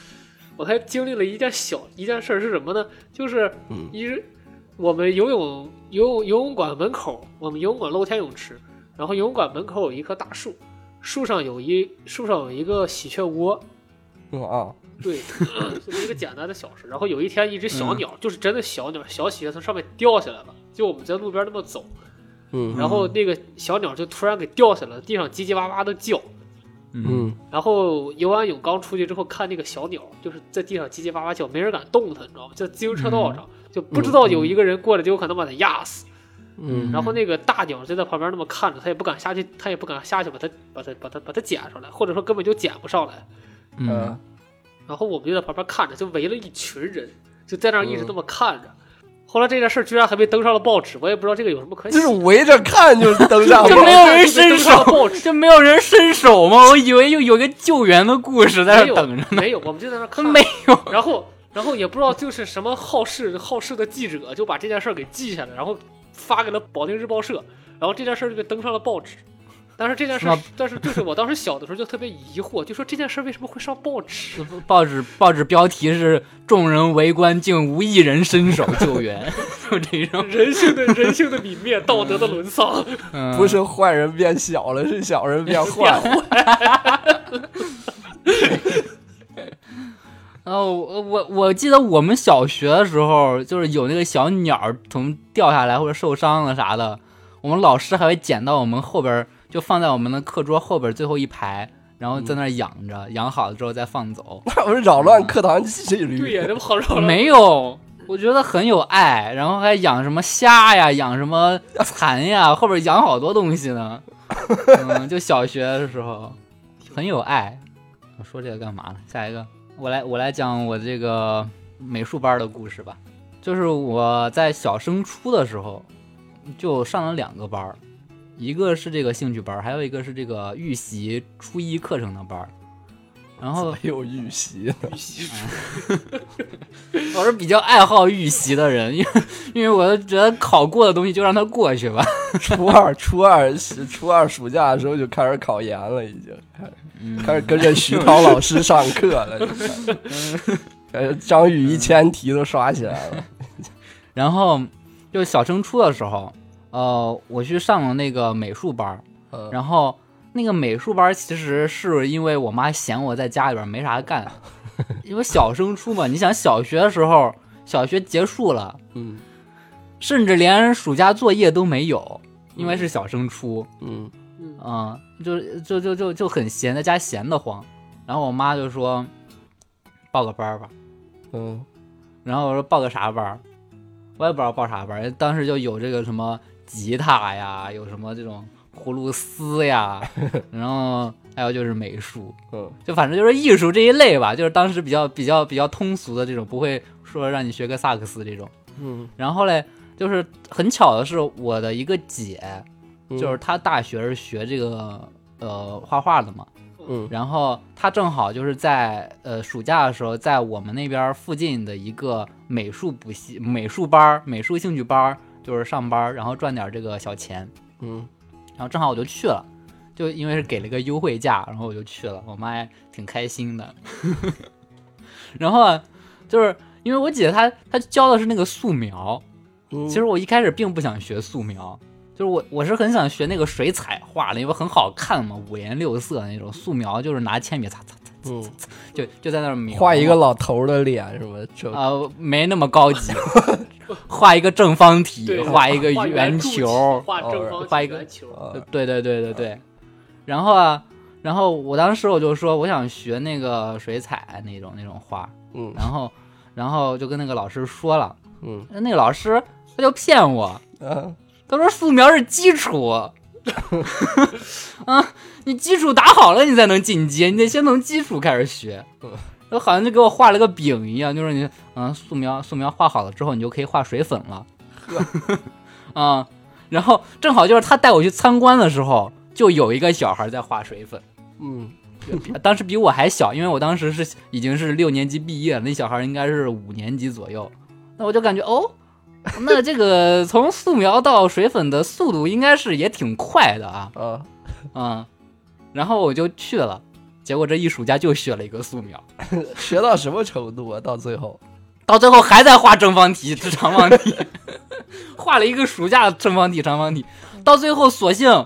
D: 我还经历了一件小一件事儿是什么呢？就是
B: 嗯
D: 一日我们游泳游泳游泳馆门口，我们游泳馆露天泳池，然后游泳馆门口有一棵大树，树上有一树上有一个喜鹊窝。
B: 嗯啊，
D: 对， 就是一个简单的小事。然后有一天，一只
B: 嗯
D: 小鸟，就是真的小鸟，小喜鹊从上面掉下来了。就我们在路边那么走，
B: 嗯
D: 然后那个小鸟就突然给掉下来了，地上叽叽哇哇的叫。
C: 嗯
B: 嗯
D: 然后游完泳刚出去之后，看那个小鸟，就是在地上叽叽哇哇叫，没人敢动它，你知道吗？在自行车道上，就不知道有一个人过来，就有可能把它压死。
B: 嗯
D: 然后那个大鸟就在旁边那么看着，它也不敢下去，它也不敢下去把它把它把它把它捡上来，或者说根本就捡不上来。
C: 嗯
B: 嗯，
D: 然后我们就在旁边看着，就围了一群人，就在那儿一直那么看着。后来这件事儿居然还被登上了报纸，我也不知道这个有什么可写
B: 就
D: 的。
B: 是围着看就登 上
C: 就没
B: 了。
C: 有人伸
D: 就被登上了
C: 手，
D: 报纸
C: 就没有人伸手吗？我以为又有个救援的故事在
D: 没
C: 这
D: 有
C: 等着呢，
D: 没有，我们就在那儿看。
C: 没有。
D: 然后，然后也不知道就是什么好事好事的记者就把这件事儿给记下来，然后发给了保定日报社，然后这件事儿就被登上了报纸。但是这件事
C: 那，
D: 但是就是我当时小的时候就特别疑惑，就说这件事儿为什么会上报纸？
C: 报纸报纸标题是“众人围观，竟无一人伸手救援”， 就这种。
D: 人性的人性的泯灭，道德的沦丧。
C: 嗯
B: 不是坏人变小了，是小人 变坏了。
C: 哦，我我我记得我们小学的时候，就是有那个小鸟儿从掉下来或者受伤了啥的，我们老师还会捡到我们后边儿，就放在我们的课桌后边儿最后一排，然后在那儿养着，养好了之后再放走。
B: 那不是扰乱
C: 嗯
B: 课堂纪
D: 对
B: 律？
D: 呀，这不好绕了。
C: 没有，我觉得很有爱，然后还养什么虾呀，养什么蚕呀，后边养好多东西呢。嗯，就小学的时候很有爱。我说这个干嘛呢？下一个，我来我来讲我这个美术班的故事吧。就是我在小升初的时候就上了两个班儿，一个是这个兴趣班儿，还有一个是这个预习初一课程的班儿。然后
B: 没有预习，
C: 我是比较爱好预习的人，因为因为我觉得考过的东西就让它过去吧。
B: 初二、初二、初二暑假的时候就开始考
C: 嗯
B: 研了，已经开始开始跟着徐涛老师上课了。呃，张宇一千题都刷起来了。
C: 然后就小升初的时候，呃，我去上了那个美术班儿，
B: 嗯
C: 然后那个美术班儿其实是因为我妈嫌我在家里边儿没啥干，因为小升初嘛，你想小学的时候，小学结束了，
B: 嗯
C: 甚至连暑假作业都没有，因为是小升初，
B: 嗯
D: 嗯
C: 嗯，就就就就就很闲，在家闲得慌。然后我妈就说报个班儿吧，
B: 嗯
C: 然后我说报个啥班儿，我也不知道报啥班儿。当时就有这个什么吉他呀，有什么这种葫芦丝呀，然后还有就是美术，
B: 嗯
C: 就反正就是艺术这一类吧，就是当时比较比较比较通俗的这种，不会说让你学个萨克斯这种。
B: 嗯，
C: 然后嘞，就是很巧的是，我的一个姐，
B: 嗯
C: 就是她大学是学这个呃画画的嘛，
B: 嗯
C: 然后她正好就是在呃暑假的时候，在我们那边附近的一个美术补习、美术班儿、美术兴趣班儿，就是上班儿，然后赚点这个小钱，
B: 嗯
C: 然后正好我就去了。就因为是给了个优惠价，然后我就去了，我妈也挺开心的。 然后啊就是因为我姐她她教的是那个素描，
B: 嗯，
C: 其实我一开始并不想学素描，就是我我是很想学那个水彩画的，因为很好看嘛，五颜六色那种。素描就是拿铅笔擦擦擦，
B: 嗯
C: 就就在那儿描
B: 画一个老头儿的脸什么这
C: 啊、没那么高级，画一个正方体，
D: 对，
C: 画一个
D: 圆
C: 圆
D: 柱体
C: 球，
D: 画正
B: 偶
D: 方形
C: 尔画一个
D: 圆球，
B: 啊
C: 对对对对对。然后啊，然后我当时我就说我想学那个水彩那种那种画，
B: 嗯
C: 然后然后就跟那个老师说了，
B: 嗯
C: 那个老师他就骗我，
B: 啊
C: 他说素描是基础， 啊，你基础打好了，你才能进阶，你得先从基础开始学
B: 嗯。
C: 就好像就给我画了个饼一样，就是你，嗯，素描素描画好了之后，你就可以画水粉了， 啊、然后正好就是他带我去参观的时候，就有一个小孩在画水粉，
B: 嗯
C: 当时比我还小，因为我当时是已经是六年级毕业了，那小孩应该是五年级左右。那我就感觉哦，那这个从素描到水粉的速度应该是也挺快的啊，
B: 啊
C: 嗯，然后我就去了，结果这一暑假就学了一个素描，
B: 学到什么程度啊？到最后，
C: 到最后还在画正方体、长方体， 画了一个暑假的正方体、长方体，到最后索性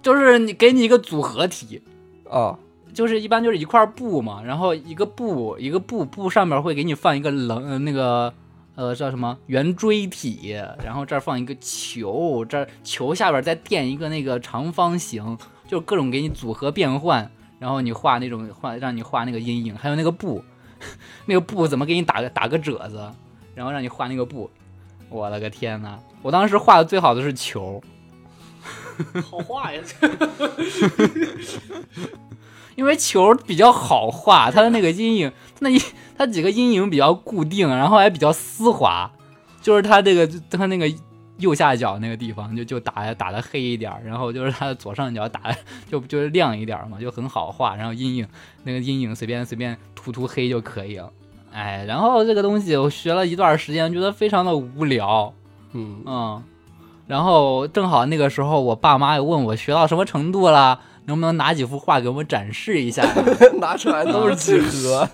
C: 就是你给你一个组合体，
B: 啊，
C: 就是一般就是一块布嘛，然后一个布一个布布上面会给你放一个棱呃那个呃叫什么圆锥体，然后这儿放一个球，这儿球下边再垫一个那个长方形，就各种给你组合变换，然后你画那种画让你画那个阴影，还有那个布， 那个布怎么给你打个打个褶子，然后让你画那个布，我的个天呐，我当时画的最好的是球，
D: 好画呀！
C: 因为球比较好画，它的那个阴影，它那一 它几个阴影比较固定，然后还比较丝滑，就是它这个它那个右下角那个地方就就打打的黑一点儿，然后就是它的左上角打的 就就是亮一点儿嘛，就很好画，然后阴影那个阴影随便随便涂涂黑就可以了。哎，然后这个东西我学了一段时间，觉得非常的无聊，
B: 嗯
C: 嗯，然后正好那个时候，我爸妈又问我学到什么程度了，能不能拿几幅画给我展示一下呀？
B: 拿出来都是几
C: 啊
B: 何，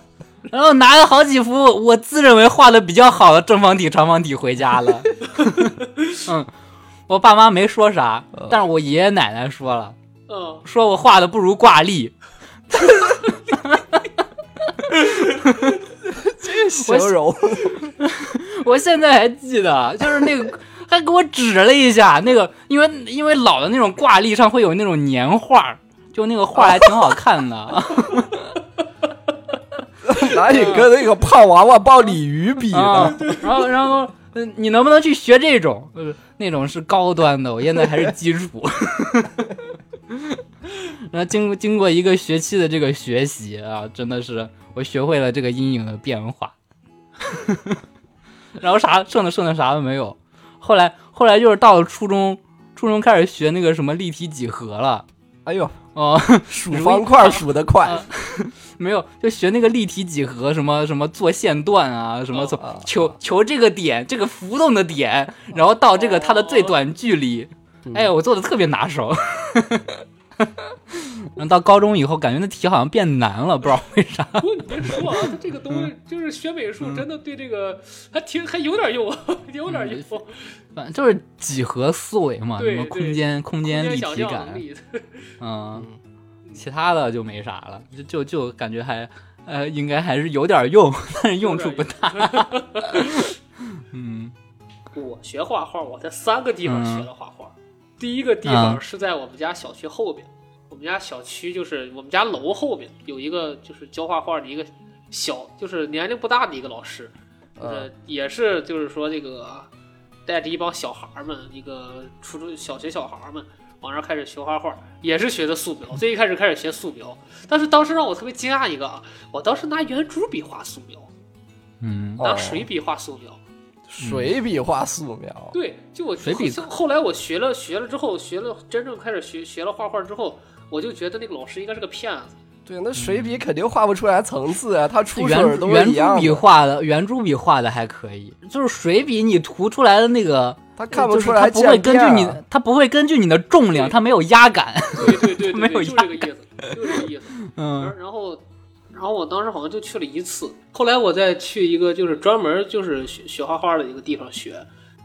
C: 然后拿了好几幅我自认为画的比较好的正方体、长方体回家了。 嗯，我爸妈没说啥，但是我爷爷奶奶说了，
D: 嗯，
C: 说我画的不如挂历。
B: 形容
C: 我现在还记得，就是那个 还给我指了一下那个，因为因为老的那种挂历上会有那种年画，就那个画还挺好看的。
B: 哪里跟那个胖娃娃抱鲤鱼比
C: 啊
B: 呢？，
C: 然后然后，呃你能不能去学这种？呃，那种是高端的，我现在还是基础。 然后经过经过一个学期的这个学习啊，真的是我学会了这个阴影的变化。 然后啥剩的剩的啥都没有。后来后来就是到了初中，初中开始学那个什么立体几何了。
B: 哎呦，
C: 哦，
B: 数方块数得快
C: 啊，没有，就学那个立体几何，什么什么做线段啊，什么从
B: 哦
C: 求求这个点，这个浮动的点，然后到这个嗯它的最短距离。哎，我做的特别拿手。 然后到高中以后，感觉那题好像变难了，不知道为啥。
D: 不过你别说啊，他这个东西
C: 嗯
D: 就是学美术，真的对这个还挺还有点用，啊 有点用，空
C: 反正就是几何思维嘛，
D: 对
C: 什么空
D: 对
C: 间、空嗯间
D: 间
C: 立
D: 想
C: 体
D: 象能
C: 感，
D: 力。
C: 嗯，其他的就没啥了，就就就感觉还呃，应该还是有点用， 但 是用处不大。嗯
D: 我学画画，我在三个地方学了画画。第一个地
C: 嗯
D: 方是在我们家小区后边，我们家小区就是我们家楼后边有一个就是教画画的一个小，就是年龄不大的一个老师，呃
B: 嗯，，
D: 也是就是说这个带着一帮小孩儿们，一个初中小学小孩儿们往这儿开始学画画，也是学的素描。最一开始开始学素描，但是当时让我特别惊讶一个啊，我当时拿圆珠笔画素描，
C: 嗯
B: 哦
D: 拿水笔画素描。
B: 水笔画素描，
C: 嗯
D: 对，就我
C: 哦水笔
D: 后后来我学了学了之后，学了真正开始学学了画画之后，我就觉得那个老师应该是个骗 子。
B: 对，那水笔肯定画不出来层次啊，它出水儿
C: 圆
B: 都
C: 珠
B: 是
C: 圆
B: 一样
C: 珠笔
B: 的，
C: 画的，圆珠笔画的还可以，就是水笔你涂出来的那个，
B: 它看不
C: 就是
B: 出来
C: 它不会
B: 渐
C: 根
B: 变
C: 据
B: 啊。
C: 你，它不会根据你的重量，
D: 对
C: 它没有 压感。
D: 对对对对
C: 没
D: 对，
C: 有
D: 就是这个意思，就是这个意思。
C: 嗯
D: 然然后，然后我当时好像就去了一次，后来我再去一个就是专门就是学学画画的一个地方学。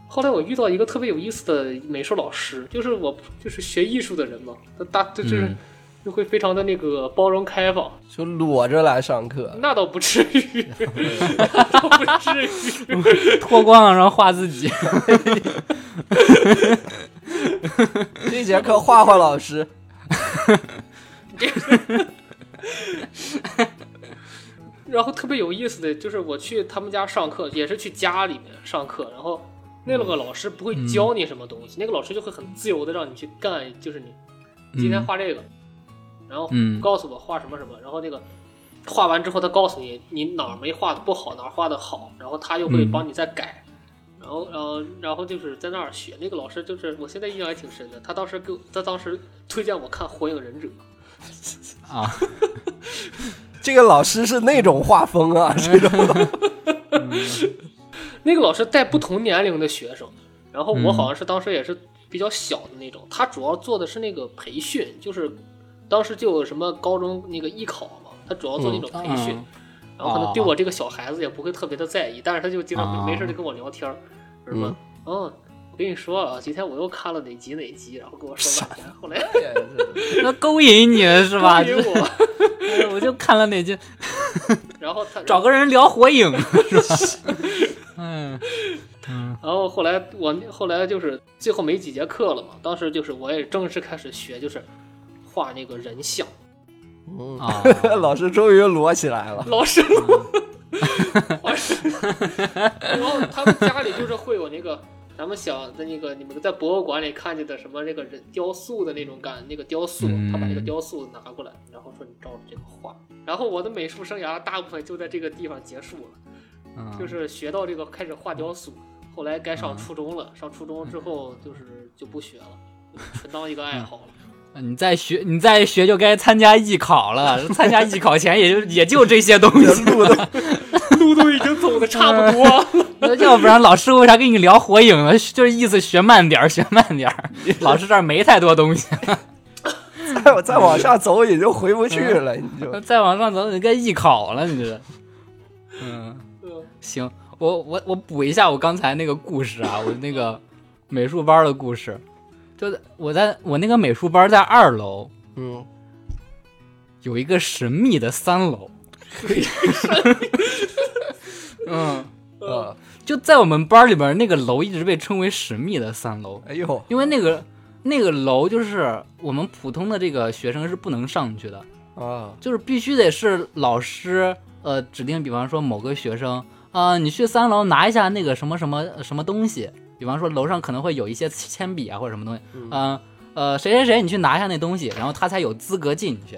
D: 后来我遇到一个特别有意思的美术老师，就是我就是学艺术的人嘛，他大就就是
C: 嗯
D: 就会非常的那个包容开放，
B: 就裸着来上课，
D: 那倒不至于， 那倒不至于。
C: 脱光了然后画自 己，
B: 这节课画画老师，
D: 然后特别有意思的就是，我去他们家上课，也是去家里面上课，然后那个老师不会教你什么东
C: 嗯
D: 西，那个老师就会很自由的让你去干，就是你今天画这个，然后
C: 嗯
D: 告诉我画什么什么，然后那个画完之后，他告诉你你哪儿没画的不好，哪儿画的好，然后他又会
C: 嗯
D: 帮你再改。然后，呃然后，然后就是在那儿学。那个老师就是我现在印象还挺深的，他当时给我，他当时推荐我看《火影忍者》，
C: 啊，
B: 这个老师是那种画风啊，这种
D: 那个老师带不同年龄的学生，然后我
C: 嗯
D: 好像是当时也是比较小的那种，他主要做的是那个培训，就是当时就有什么高中那个艺考嘛，他主要做那种培训，
C: 嗯
D: 然后可能对我这个小孩子也不会特别的在意，但是他就经
C: 啊
D: 常没没事就跟我聊天儿，什么嗯。我跟你说啊，今天我又看了哪集哪集，然后跟我说半天，后来
C: 那勾引你是吧？
D: 勾引我，
C: 就是我就看了那句，
D: 然后他
C: 找个人聊火 影是吧？嗯
D: 然后后来我后来就是最后没几节课了嘛，当时就是我也正式开始学，就是画那个人像。
B: 嗯
C: 啊，
B: 老师终于裸起来了，
D: 老师录，老师录，然后他们家里就是会有那个，咱们想的那个，你们在博物馆里看见的什么那个人雕塑的那种感，那个雕塑，
C: 嗯
D: 他把这个雕塑拿过来，然后说你照着这个画。然后我的美术生涯大部分就在这个地方结束了，
C: 嗯
D: 就是学到这个开始画雕塑，后来该
C: 啊
D: 上初中了，上初
C: 嗯
D: 中之后就是就不学了，就纯当一个爱好了。
C: 你再学，你再学就该参加艺考了。参加艺考前也就也就这些 东西，
D: 路都已经走的差不多 了。
C: 那要不然老师为啥跟你聊火影呢？就是意思学慢点儿，学慢点儿。老师这儿没太多东西，
B: 再哎再往下走也就回不去了，你就
C: 再往上走你该艺考了，你这。嗯，
D: 嗯
C: 行，我我我补一下我刚才那个故事啊，我那个美术班的故事，就是我在我那个美术班在二楼
B: 嗯，
C: 有一个神秘的三楼， 嗯，
B: 啊，
C: 就在我们班里边那个楼一直被称为神秘的三楼，
B: 哎呦，
C: 因为那个那个楼就是我们普通的这个学生是不能上去的，
B: 啊，
C: 就是必须得是老师呃指定，比方说某个学生啊、你去三楼拿一下那个什么什么呃什么东西，比方说楼上可能会有一些铅笔啊或者什么东西，嗯呃谁谁谁你去拿一下那东西，然后他才有资格进去。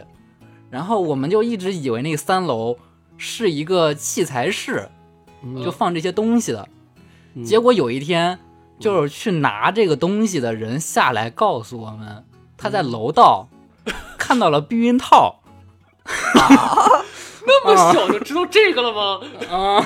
C: 然后我们就一直以为那三楼是一个器材室，就放这些东西的。
B: 嗯
C: 结果有一天，就是去拿这个东西的人下来告诉我们，他在楼道看到了避孕套。
D: 那么小就知道这个了吗？
C: 啊，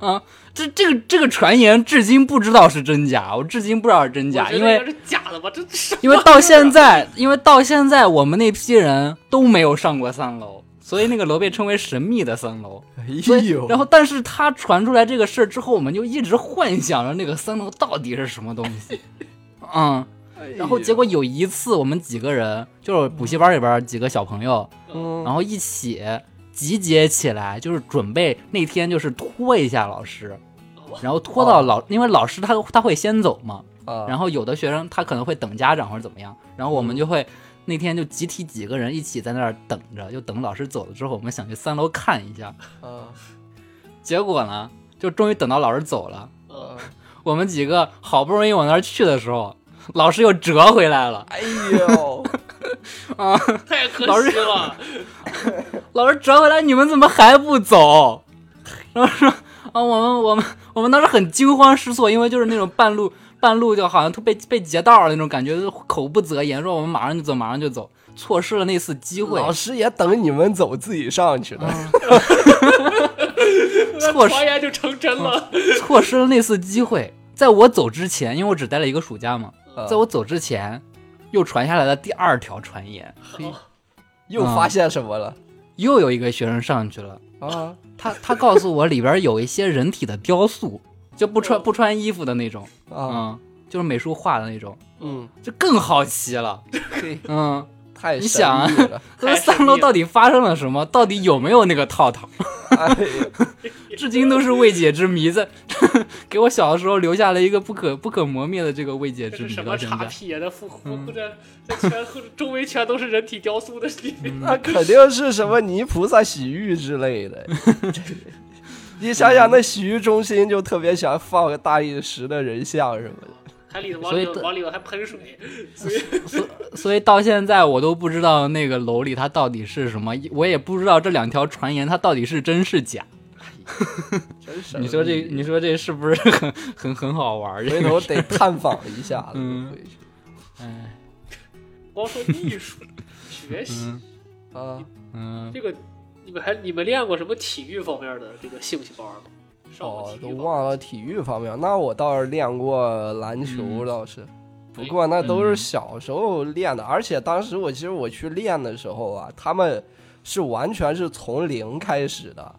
C: 啊，这这个这个传言至今不知道是真假，我至今不知道是真 假，因为
D: 是假的吧？这这
C: 因为到现在，因为到现在我们那批人都没有上过三楼，所以那个楼被称为神秘的三楼。
B: 哎呦，
C: 然后，但是他传出来这个事儿之后，我们就一直幻想着那个三楼到底是什么东西。嗯，然后结果有一次，我们几个人就是补习班里边几个小朋友，
B: 嗯
C: 然后一起集结起来，就是准备那天就是拖一下老师，然后拖到老，因为老师他他会先走嘛，
B: 啊，
C: 然后有的学生他可能会等家长或者怎么样，然后我们就会那天就集体几个人一起在那儿等着，就等老师走了之后，我们想去三楼看一下。
B: 啊
C: 结果呢，就终于等到老师走了，
B: 啊，
C: 我们几个好不容易往那儿去的时候，老师又折回来了。
B: 哎呦，
D: 太可
C: 老
D: 惜了。
C: 老师折回来，你们怎么还不走？然后说啊，我们我们我们当时很惊慌失措，因为就是那种半路半路就好像被被截道了那种感觉，就是口不择言，说我们马上就走，马上就走，错失了那次机会，
B: 老师嗯也等你们走，自己上去的。
C: 错失
D: 传言就成真了。
C: 错失了那次机会。在我走之前，因为我只待了一个暑假嘛，
B: 啊
C: 在我走之前，又传下来了第二条传言，
B: 又发现什么了？
C: 又有一个学生上去了。
B: 啊，
C: 他他告诉我里边有一些人体的雕塑， 就不
D: 哦
C: 穿不穿衣服的那种，
B: 啊，
C: 嗯，就是美术画的那种，
B: 嗯，
C: 就更好奇 了，
B: 嘿，
C: 嗯，
B: 太
C: 你想啊
B: 神秘了，
C: 这三楼到底发生了什么？到底有没有那个套 套？
B: 哎呦
C: 至今都是未解之谜，在 给我小的时候留下了一个不可不可磨灭的这个未解
D: 这
C: 之
D: 是
C: 谜
D: 什
C: 到
D: 么
C: 现
D: 叉
C: 在。
D: 屁呀、那复
C: 嗯
D: 活这这全周围全都是人体雕塑的，
C: 嗯
B: 那肯定是什么泥菩萨洗浴之类的。你想想，那洗浴中心就特别想放个大理石的人像什么的。
D: 还里头
C: 所
D: 往
C: 以
D: 里头
C: 的
D: 往里头还喷水，
C: 所以到现在我都不知道那个楼里它到底是什么，我也不知道这两条传言它到底是真是假。
B: 真是，
C: 你说这，你说这是不是很很很好玩儿？这
B: 回
C: 个
B: 头得探访一下子。
C: 嗯
B: 回去
C: 哎，
D: 光说艺术学习
C: 嗯
B: 啊，
C: 嗯，
D: 这个，你们还你们练过什么体育方面的这个兴趣班吗？上过
B: 哦，
D: 体
B: 都
D: 育班
B: 忘了体育方面。那我倒是练过篮球，
C: 嗯
B: 倒是。不
D: 哎
B: 过那都是小时候练的，而且当时我其实我去练的时候啊，他们是完全是从零开始的，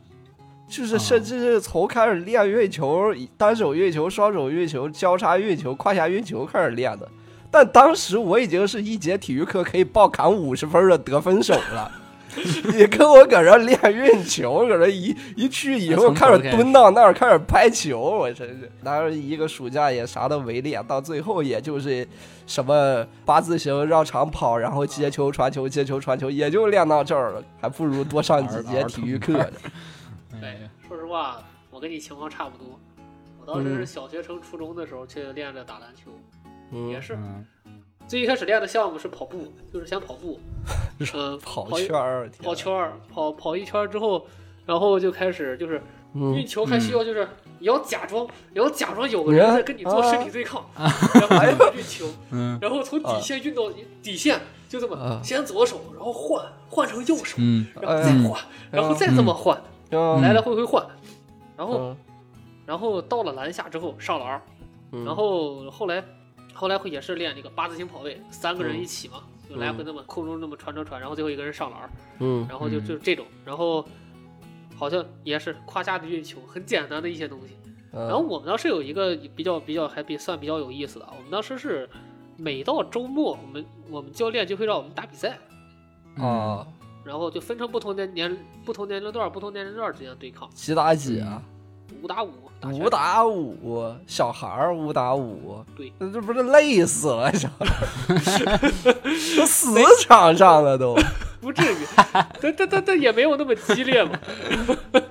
B: 就是甚至是从开始练运球、单手运球、双手运球、交叉运球、胯下运球开始练的。但当时我已经是一节体育课可以爆砍五十分的得分手了， 你跟我搁这练运球，搁这一一去以后
C: 从头
B: 开始
C: 开始
B: 蹲到那儿开始拍球，我真是，当时一个暑假也啥都没练，到最后也就是什么八字形绕场跑，然后接球传球接球传球，也就练到这儿了，还不如多上几节体育课呢。
C: 嗯
D: 对，哎说实话，我跟你情况差不多。我当时是小学升初中的时候去练着打篮球，也
B: 嗯，
D: 是
C: 嗯，
D: 最一开始练的项目是跑步，就是先跑 步，嗯，
B: 跑
D: 一
B: 圈儿，天
D: 跑圈儿，跑跑一圈儿之后，然后就开始就是
B: 嗯
D: 运，球，还需要就是你要假装，你要假装有个
B: 你
D: 人
B: 看啊哎
D: 在跟你做身体对抗，然后运球，
C: 嗯
D: 然后从底线运到底线，就这么
B: 啊哎
D: 先左手，然后换换成右手，
C: 嗯，
D: 然后再
C: 嗯
D: 换，然后再这么换，
B: 嗯
D: 来来回回换，然后
B: 嗯
D: 然后到了篮下之后上篮儿，
B: 嗯
D: 然后后来后来会也是练那个八字形跑位，三个
B: 嗯
D: 人一起嘛，就来回那么空中那么传传传，然后最后一个人上篮儿，
B: 嗯
D: 然后就
C: 嗯
D: 就这种，然后好像也是胯下的运球，很简单的一些东西。然后
B: 嗯
D: 我们当时有一个比较比较还比算比较有意思的，啊，我们当时是每到周末，我们我们教练就会让我们打比赛，
B: 啊，
D: 然后就分成不同年年不同年龄段、不同年龄段之间对抗，
B: 几打几啊？
D: 五打五，打拳
B: 五打五，小孩儿五打五，
D: 对
B: 那这不是累死了，小孩 儿都死场上了都，
D: 不至于， 但但但但也没有那么激烈嘛。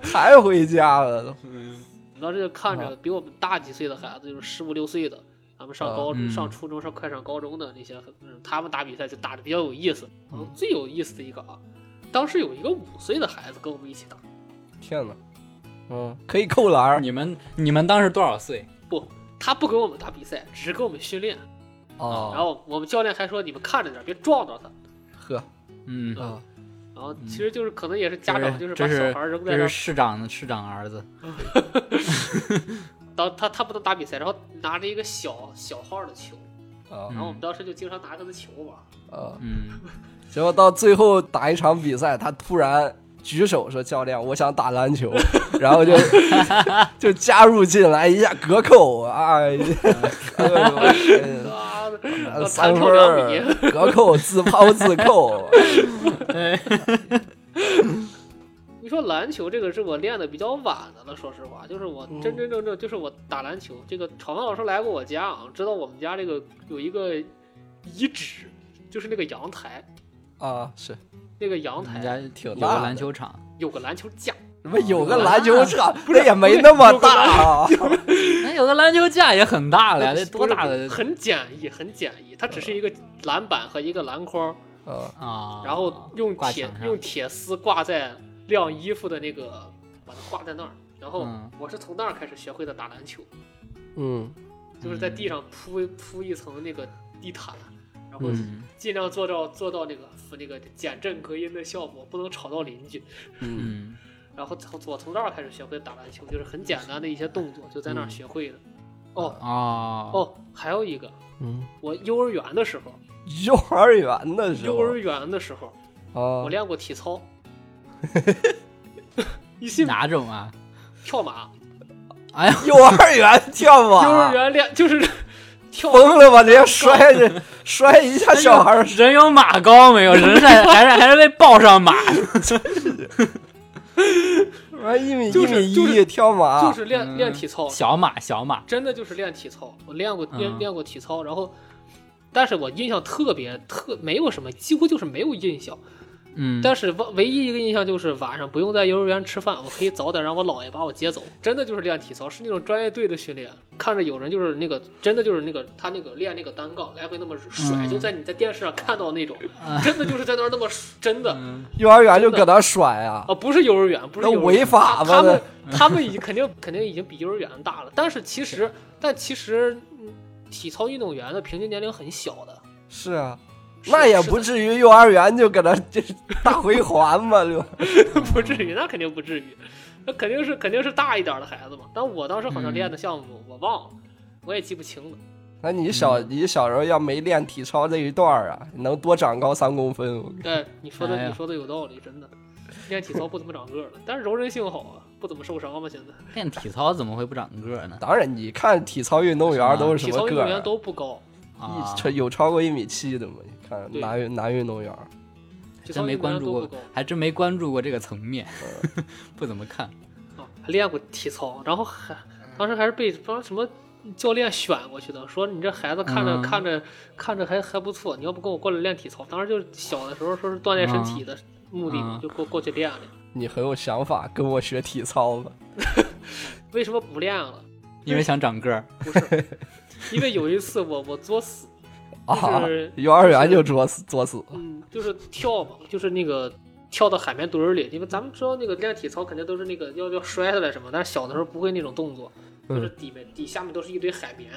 B: 抬回家了都。
D: 我们当时就看着比我们大几岁的孩子，就是十五六岁的，咱们上高、
C: 嗯
D: 上初中、上快上高中的那些，嗯，他们打比赛就打的比较有意思。然后最有意思的一个啊，当时有一个五岁的孩子跟我们一起打，
B: 天哪，嗯，可以扣篮儿
C: 你们你们当时多少岁？
D: 不，他不跟我们打比赛，只跟我们训练。然
B: 哦，
D: 后我们教练还说你们看着点，别撞着他。
B: 呵
C: 嗯，
B: 啊，
D: 然后其实就是可能也是家长就是
C: 这
D: 把
C: 是
D: 小孩扔
C: 这
D: 在那
C: 是
D: 儿，
C: 市长市长儿子，
D: 当他他不能打比赛，然后拿着一个小小号的球，
B: 啊
D: 然后我们当时就经常拿他的球玩。
B: 啊！
C: 嗯，
B: 结果到最后打一场比赛，他突然举手说：“教练，我想打篮 球。”然后就就加入进来，一下隔扣， 哎，
D: 啊，
B: 嗯三
D: 弹
B: 分
D: 跳两米，
B: 儿隔扣自抛自扣，
D: 你说篮球这个是我练的比较晚的了，说实话，就是我
B: 嗯
D: 真真正正就是我打篮球。这个场王老师来过我家啊，知道我们家这个有一个遗址，就是那个阳台，
B: 啊，是
D: 那个阳
C: 我们
D: 台
C: 家
B: 挺
C: 有
B: 大
C: 个
B: 的
C: 篮球场，
D: 有个篮球架，
B: 什么有个篮球场，那也没那么大啊，
C: 那有个篮球架也很大了呀，那多大
D: 不是
C: 的嗯
D: 很简易，很简易，它只是一个篮板和一个篮筐，
B: 啊
C: 啊？
D: 然后用
C: 挂
D: 铁
C: 墙上
D: 用铁丝挂在晾衣服的那个，把它挂在那儿。然后
C: 嗯
D: 我是从那儿开始学会的打篮球，
B: 嗯
D: 就是在地上铺铺一层那个地毯，然后
C: 嗯
D: 尽量做到做到那个那个减震隔音的效果，不能吵到邻居。
B: 嗯
C: 嗯
D: 然后从我从那儿开始学会打篮球，就是很简单的一些动作，就在那儿
B: 嗯
D: 学会的。哦
C: 哦
D: 哦，还有一个，
B: 嗯，
D: 我幼儿园的时候，
B: 幼儿园的时
D: 幼
B: 候
D: 儿园的时候，
B: 啊
D: 我，练过体 操。你信吗？
C: 哪种啊？
D: 跳马，
C: 哎呀，
B: 幼儿园跳
D: 幼儿
B: 马，
D: 园练就是 跳
B: 疯了吧？直接摔着摔一
D: 哎
B: 下小孩儿，
C: 人有马高没有？人 是还是还是被抱上马？
B: 完一米一
D: 哎就是
B: 米
D: 就是
B: 一跳马
D: 就，是
B: 嗯
D: 练练体操，
C: 小马小马，
D: 真的就是练体操。我练过练
C: 嗯
D: 练过体操，然后，但是我印象特别特没有什么，几乎就是没有印象。
C: 嗯，
D: 但是唯唯一一个印象就是晚上不用在幼儿园吃饭，我可以早点让我姥爷把我接走。真的就是练体操，是那种专业队的训练。看着有人就是那个，真的就是那个他那个练那个单杠，来回那么甩，
C: 嗯
D: 就在你在电视上看到那种，
C: 嗯
D: 真的就是在那儿那么甩真的啊、
B: 幼儿园就搁那甩啊，
D: 不是幼儿园，不是
B: 那
D: 幼儿园
B: 违法吧
D: 他们
B: 那
D: 他们已经肯定肯定已经比幼儿园大了，但是其实但其实、嗯体操运动员的平均年龄很小的，
B: 是啊，
D: 是
B: 那也
D: 是
B: 不
D: 的
B: 至于幼儿园就搁那就是大回环吧，就
D: 不至于，那肯定不至于，那肯定是肯定是大一点的孩子嘛。但我当时好
C: 嗯
D: 像练的项目我忘了，我也记不清了。
B: 那你小
C: 嗯
B: 你小时候要没练体操这一段儿啊，你能多长高三公分，我
D: 对，你说的、
C: 哎呀
D: 你说的有道理，真的。练体操不怎么长个儿了，但是柔韧性好啊，不怎么受伤嘛。现在
C: 练体操怎么会不长个儿呢？
B: 当然你看体操运动员都是
D: 体
B: 什么
D: 操运
B: 个
D: 动
B: 儿
D: 员
B: 啊？
D: 都不高，
C: 啊
B: 一，超有超过一米七的吗？你看
D: 对
B: 男运男运动员儿，
D: 体
C: 真
D: 操
C: 没
D: 运动
C: 关
D: 员
C: 注
D: 都不呃
C: 过
D: 高。，
C: 还真没关注过这个层面， 不怎么看。
D: 啊，还练过体操，然后还当时还是被不知道什么教练选过去的，说你这孩子看着、
C: 嗯
D: 看着看着还还不错，你要不跟我过来练体操？当时就是小的时候说是锻炼身体的目的，
C: 嗯
D: 就过过去练了。
B: 你很有想法，跟我学体操吧。
D: 为什么不练了？
C: 因为想长个儿，
D: 不是， 因为有一次我我作死，
B: 啊
D: 就是，
B: 幼儿园就作死作死，
D: 嗯，就是跳嘛，就是那个跳到海绵堆儿里，因为咱们知道那个练体操肯定都是那个要要摔下来什么，但是小的时候不会那种动作，就是
B: 嗯
D: 底面底下面都是一堆海绵，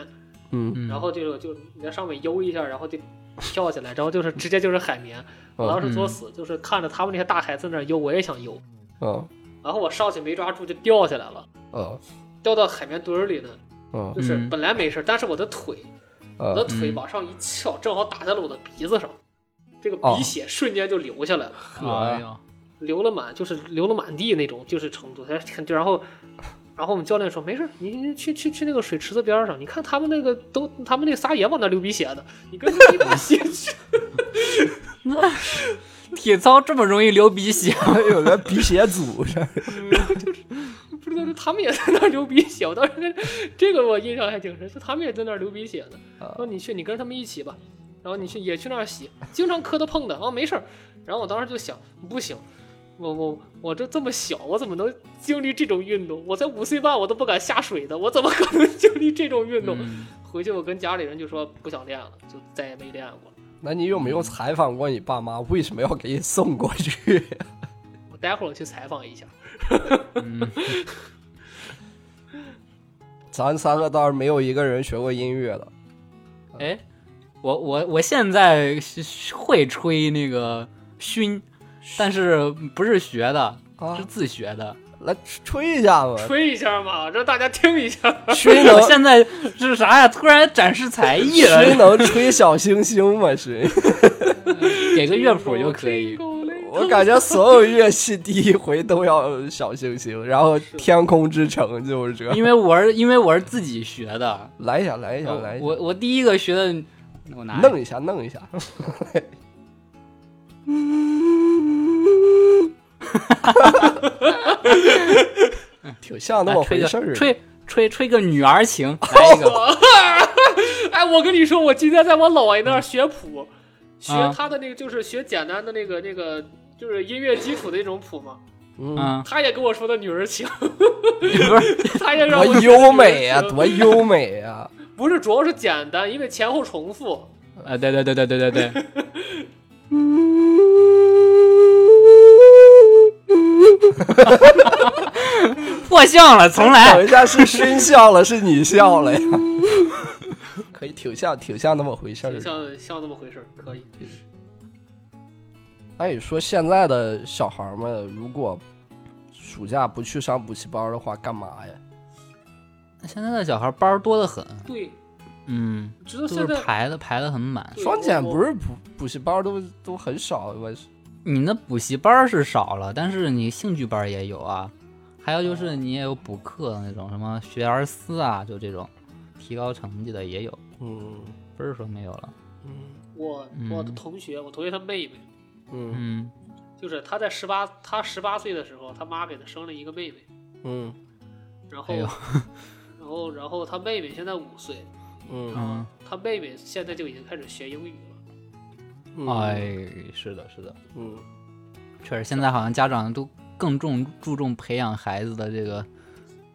B: 嗯，
C: 嗯
D: 然后就是就你在上面悠一下，然后就跳起来，然后就是直接就是海绵。我当时作死，就是看着他们那些大孩子在那儿悠，我也想悠，
B: 嗯
D: 然后我上去没抓住就掉下来了，
B: 嗯
D: 掉到海绵堆儿里呢。
B: 嗯
D: 就是
C: 嗯
D: 本来没事，但是我的腿，我的
B: 嗯，
D: 腿
C: 嗯
D: 往上一翘，正好打在了我的鼻子上，这个
B: 哦
D: 鼻血瞬间就流下来了，
C: 哎呦，
D: 流了满就是流了满地那种，就是程度。就然后，然后我们教练说没事，你你去去去那个水池子边上，你看他们那个都，他们那仨也往那流鼻血的，你跟着一把 血去。
C: 体操这么容易流鼻 血？
D: 哎
B: 有个鼻血组 织，
D: 不知道是他们也在那儿流鼻血，我当时跟这个我印象还挺深，是他们也在那儿流鼻血呢。
C: 啊
D: 说你去，你跟着他们一起吧，然后你去也去那儿洗，经常磕的碰的啊，没事儿。然后我当时就想，不行，我我我这这么小，我怎么能经历这种运动？我才五岁半，我都不敢下水的，我怎么可能 经历这种运动？
C: 嗯
D: 回去我跟家里人就说不想练了，就再也没练过了。
B: 那你有没有采访过你爸妈为什么要给你送过去？
D: 我待会儿我去采访一下。
C: 嗯
B: 咱三个倒是没有一个人学过音乐的，
C: 哎，我我我现在是会吹那个埙，但是不是学的，
B: 啊
C: 是，自学 的。
B: 来吹一下
C: 呃
B: 嘛，
D: 吹一下嘛，让大家听一下。
B: 吹
C: 我
B: 能
C: 现在是啥呀？突然展示才艺
B: 谁
C: 了，
B: 能吹小星星吗？谁？
C: 给个乐谱就可以。
B: 我感觉所有乐器第一回都要小星星，然后《天空之城》就是这。
C: 因为我是因为我是自己学的，
B: 来一下，来一下，来一下，
C: 我我第一个学的，我拿
B: 弄一下，弄一下。挺像那
C: 来
B: 么
C: 吹
B: 回
C: 个
B: 事儿。啊
C: 吹吹吹个女儿情，来一个
D: 哎，我跟你说，我今天在我姥爷
B: 嗯
D: 那儿学谱，学
C: 啊
D: 他的那个就是学简单的那个那个就是音乐基础的那种谱嘛。
B: 嗯，
C: 嗯，
D: 他也跟我说的女 儿情，
C: 不 是
D: 他也让
B: 多
D: 我学
B: 优美呀，
D: 女儿情
B: 多优美啊呀！
D: 不是，主要是简单，因为前后重复。
C: 啊，对对对对对 对对，破相了，重
B: 等
C: 来
B: 一下是熏笑了，是你笑 了呀？可以，挺像，挺像那么回事儿
D: 就
B: 的。
D: 像像那么回事儿，可以。
B: 按理哎说现在的小孩儿们，如果暑假不去上补习班的话，干嘛呀？
C: 现在的小孩班儿多得很，
D: 对，
C: 嗯，
D: 直到
C: 都
D: 现
C: 是
D: 在
C: 排的排的很满。
D: 对
B: 双减
D: 我
B: 不是补补习班都都很少，我是
C: 你那补习班儿是少了，但是你兴趣班儿也有啊，还有就是你也有补课那种什么学而思啊，就这种提高成绩的也有，
B: 嗯
C: 不是说没有了。
D: 我
C: 嗯
D: 我的同学，我同学他妹妹，
B: 嗯
C: 嗯，
D: 就是他在十八，他十八岁的时候，他妈给他生了一个妹妹，
B: 嗯
D: 然后、
C: 还有，
D: 然后然后他妹妹现在五岁，
B: 嗯
C: 嗯，
D: 他妹妹现在就已经开始学英语了。
B: 嗯，
C: 哎，是的，是的，
B: 嗯，
C: 确实，现在好像家长都更重注重培养孩子的这个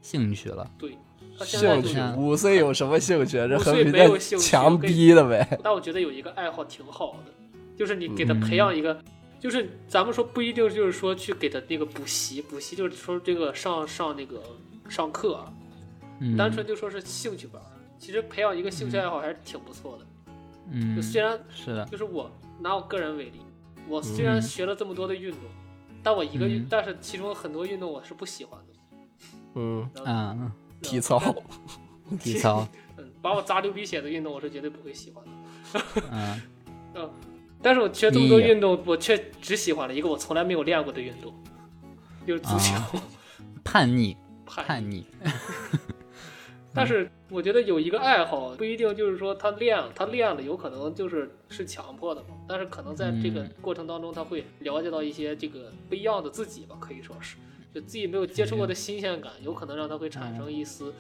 C: 兴趣了。
D: 对，他现在
B: 嗯兴
D: 就
B: 趣
D: 是，
C: 是
B: 五岁有什么兴趣？这
D: 五
B: 和
D: 岁
B: 平
D: 没有兴
B: 那
D: 趣
B: 强
D: 我跟你
B: 逼的呗。
D: 但我觉得有一个爱好挺好的，就是你给他
C: 嗯
D: 培养一个，就是咱们说不一定就是说去给他那个补习，补习就是说这个上上那个上课啊，
C: 嗯，
D: 单纯就说是兴趣班儿。其实培养一个兴趣爱好还是挺不错的，
C: 嗯
D: 就，虽然
C: 是的，
D: 就是我拿我个人为例，我虽然
C: 嗯
D: 学了这么多的运动，但我一个运，
C: 嗯
D: 但是其中很多运动我是不喜欢的。
B: 嗯，
C: 嗯，
B: 体操，
C: 体操，
D: 嗯，把我扎流鼻血的运动我是绝对不会喜欢的。
C: 嗯，
D: 但是我学这么多
C: 你也
D: 运动，我却只喜欢了一个我从来没有练过的运动，就是足球。
C: 啊 叛逆，
D: 叛逆。
C: 叛逆，
D: 但是我觉得有一个爱好不一定就是说他练了，他练了有可能就是是强迫的嘛。但是可能在这个
C: 嗯
D: 过程当中，他会了解到一些这个不一样的自己吧，可以说是就自己没有接触过的新鲜感，有可能让他会产生一丝。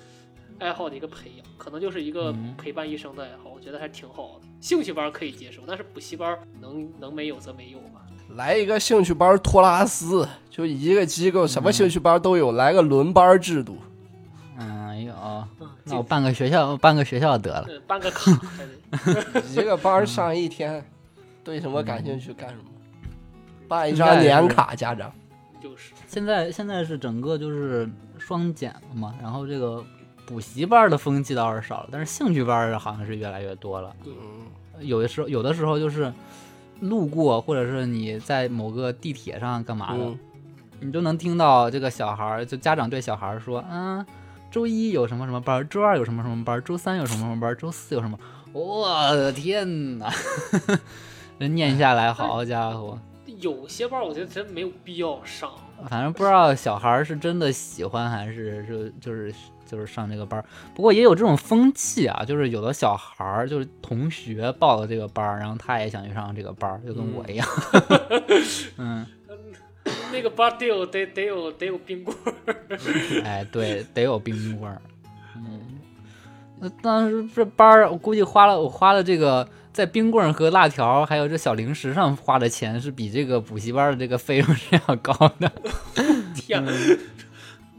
D: 爱好的一个培养，可能就是一个
C: 嗯
D: 陪伴一生的爱好，我觉得还挺好的。兴趣班可以接受，但是补习班能能没有则没有吧。
B: 来一个兴趣班托拉斯，就一个机构，什么兴趣班都有，来个轮班制度。
C: 嗯，哎呦，
D: 嗯，
C: 那我办个学校，办个学校得了。
D: 嗯办个卡，还得
B: 一个班儿上一
C: 嗯
B: 天，对什么感兴趣干什么，办一
C: 现
B: 张
C: 在
B: 年
C: 是
B: 卡，家长。
D: 就是
C: 现在现在是整个就是双减了嘛，然后这个补习班的风气倒是少了，但是兴趣班儿好像是越来越多了。
B: 嗯
C: 有的时候有的时候就是路过，或者是你在某个地铁上干嘛的，
B: 嗯
C: 你都能听到这个小孩儿，就家长对小孩儿说，嗯，周一有什么什么班儿，周二有什么什么班儿，周三有什么什么班儿，周四有什么，哦我的天哪！ 这念下来，好家伙！
D: 有些班我觉得真没有必要上。
C: 反正不知道小孩儿是真的喜欢还是是就是就是上这个班儿，不过也有这种风气啊，就是有的小孩儿就是同学报了这个班儿，然后他也想去上这个班儿，就跟我一样。嗯，
D: 那个班得有得得有得有冰棍儿，
C: 哎，对，得有冰棍儿。嗯，那当时这班儿，我估计花了我花了这个在冰棍儿和辣条还有这小零食上花的钱是比这个补习班儿的这个费用是要高的。
D: 天，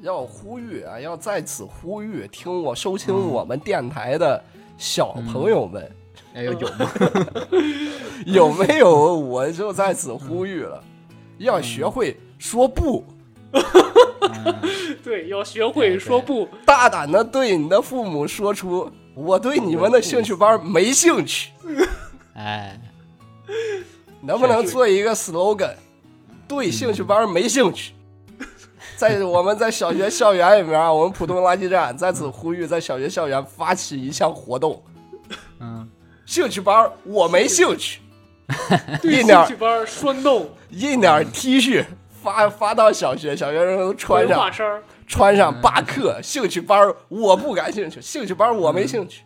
B: 要呼吁啊，要在此呼吁，啊听我收听我们电台的小朋友们，
C: 哎呦，有
B: 有没有？我就在此呼吁了，
C: 嗯
B: 要学会说不，
D: 对，要学会说不。
B: 大胆的对你的父母说出我对你们的兴趣班没兴趣，
C: 哎。
B: 能不能做一个 slogan？对兴趣班没兴趣，在我们在小学校园里面，啊我们浦东垃圾站在此呼吁，在小学校园发起一项活动，
C: 嗯，
B: 兴趣班儿我没兴趣，
D: 对
B: 一点
D: 兴趣班儿栓动
B: 印点儿 T 恤发发到小学，小学生都穿
D: 文化
B: 上，
D: 衫儿，
B: 穿上罢课。兴趣班儿我不感兴趣，兴趣班儿我没兴趣。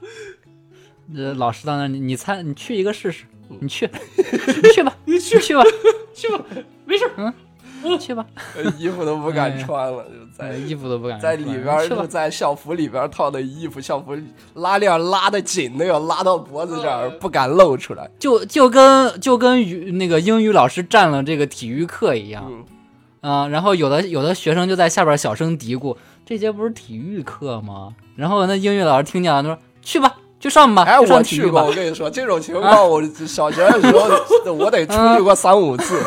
C: 呃，老师到那儿，你你参你去一个试试，你去，你去吧， 你去吧，
D: 去吧，没事儿，
C: 去吧，
B: 呃衣服都不敢穿了，就
C: 呃
B: 在
C: 衣服都不敢
B: 在
C: 穿
B: 里边儿
C: 去
B: 就
C: 吧，
B: 在校服里边儿套的衣服，校服拉链拉的紧的要拉到脖子这
C: 嗯
B: 儿，
D: 呃
B: 不敢露出来。
C: 就就跟就跟语那个英语老师占了这个体育课一样，
B: 嗯，
C: 啊、然后有的有的学生就在下边小声嘀咕：“这节不是体育课吗？”然后那英语老师听见了，就说：“去吧，去上吧，
B: 哎，
C: 就
B: 我
C: 上体
B: 去
C: 育啊
B: 过，
C: 吧
B: 我。跟你说，这种情况我小学的时候我得出去过三五次。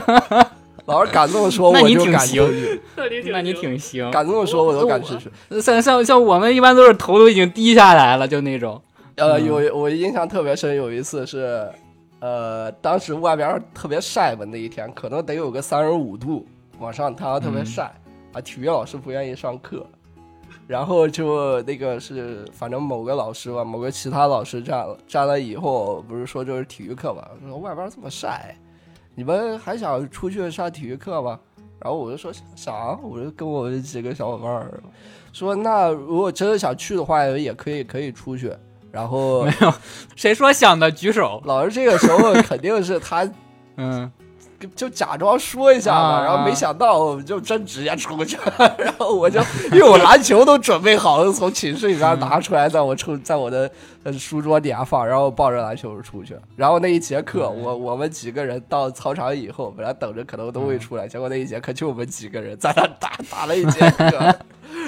B: 老师敢这么说，
C: 那
B: 我
C: 你
B: 就
C: 挺
B: 敢
C: 行
B: 进去；
D: 那你” 挺
C: 那你
D: 牛
C: 挺行，
B: 敢这么说，我都敢
C: 我
B: 进去。
C: 呃像像像我们一般都是头都已经低下来了，就那种。
B: 呃，
C: 嗯
B: 有我印象特别深，有一次是，呃，当时外边儿特别晒吧，那一天可能得有个三十五度往上，太阳特别
C: 嗯
B: 晒、啊。体育老师不愿意上课，然后就那个是反正某个老师吧，某个其他老师站了站了以后，不是说就是体育课嘛，说外边儿这么晒，你们还想出去上体育课吗？然后我就说想啊，我就跟我几个小伙伴儿说，那如果真的想去的话，也可以可以出去。然后
C: 谁说想的举手？
B: 老师这个时候肯定是他
C: 嗯，
B: 就假装说一下嘛，
C: 啊
B: 然后没想到我们就真直接出去了。 然后我就因为我篮球都准备好了，从寝室里边拿出来，在我抽在我的呃书桌底下放，然后抱着篮球出去。然后那一节课，我我们几个人到操场以后，本来等着可能都会出来，结果那一节课就我们几个人在那打打了一节课。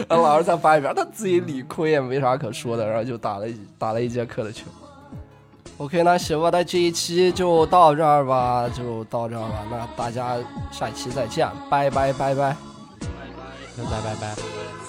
B: 然后老师在班里边，他自己理亏也没啥可说的，然后就打了一打了一节课的球。OK，那行吧，那这一期就到这儿吧，就到这儿吧。那大家下一期再见，拜拜拜拜。
C: 拜拜拜拜。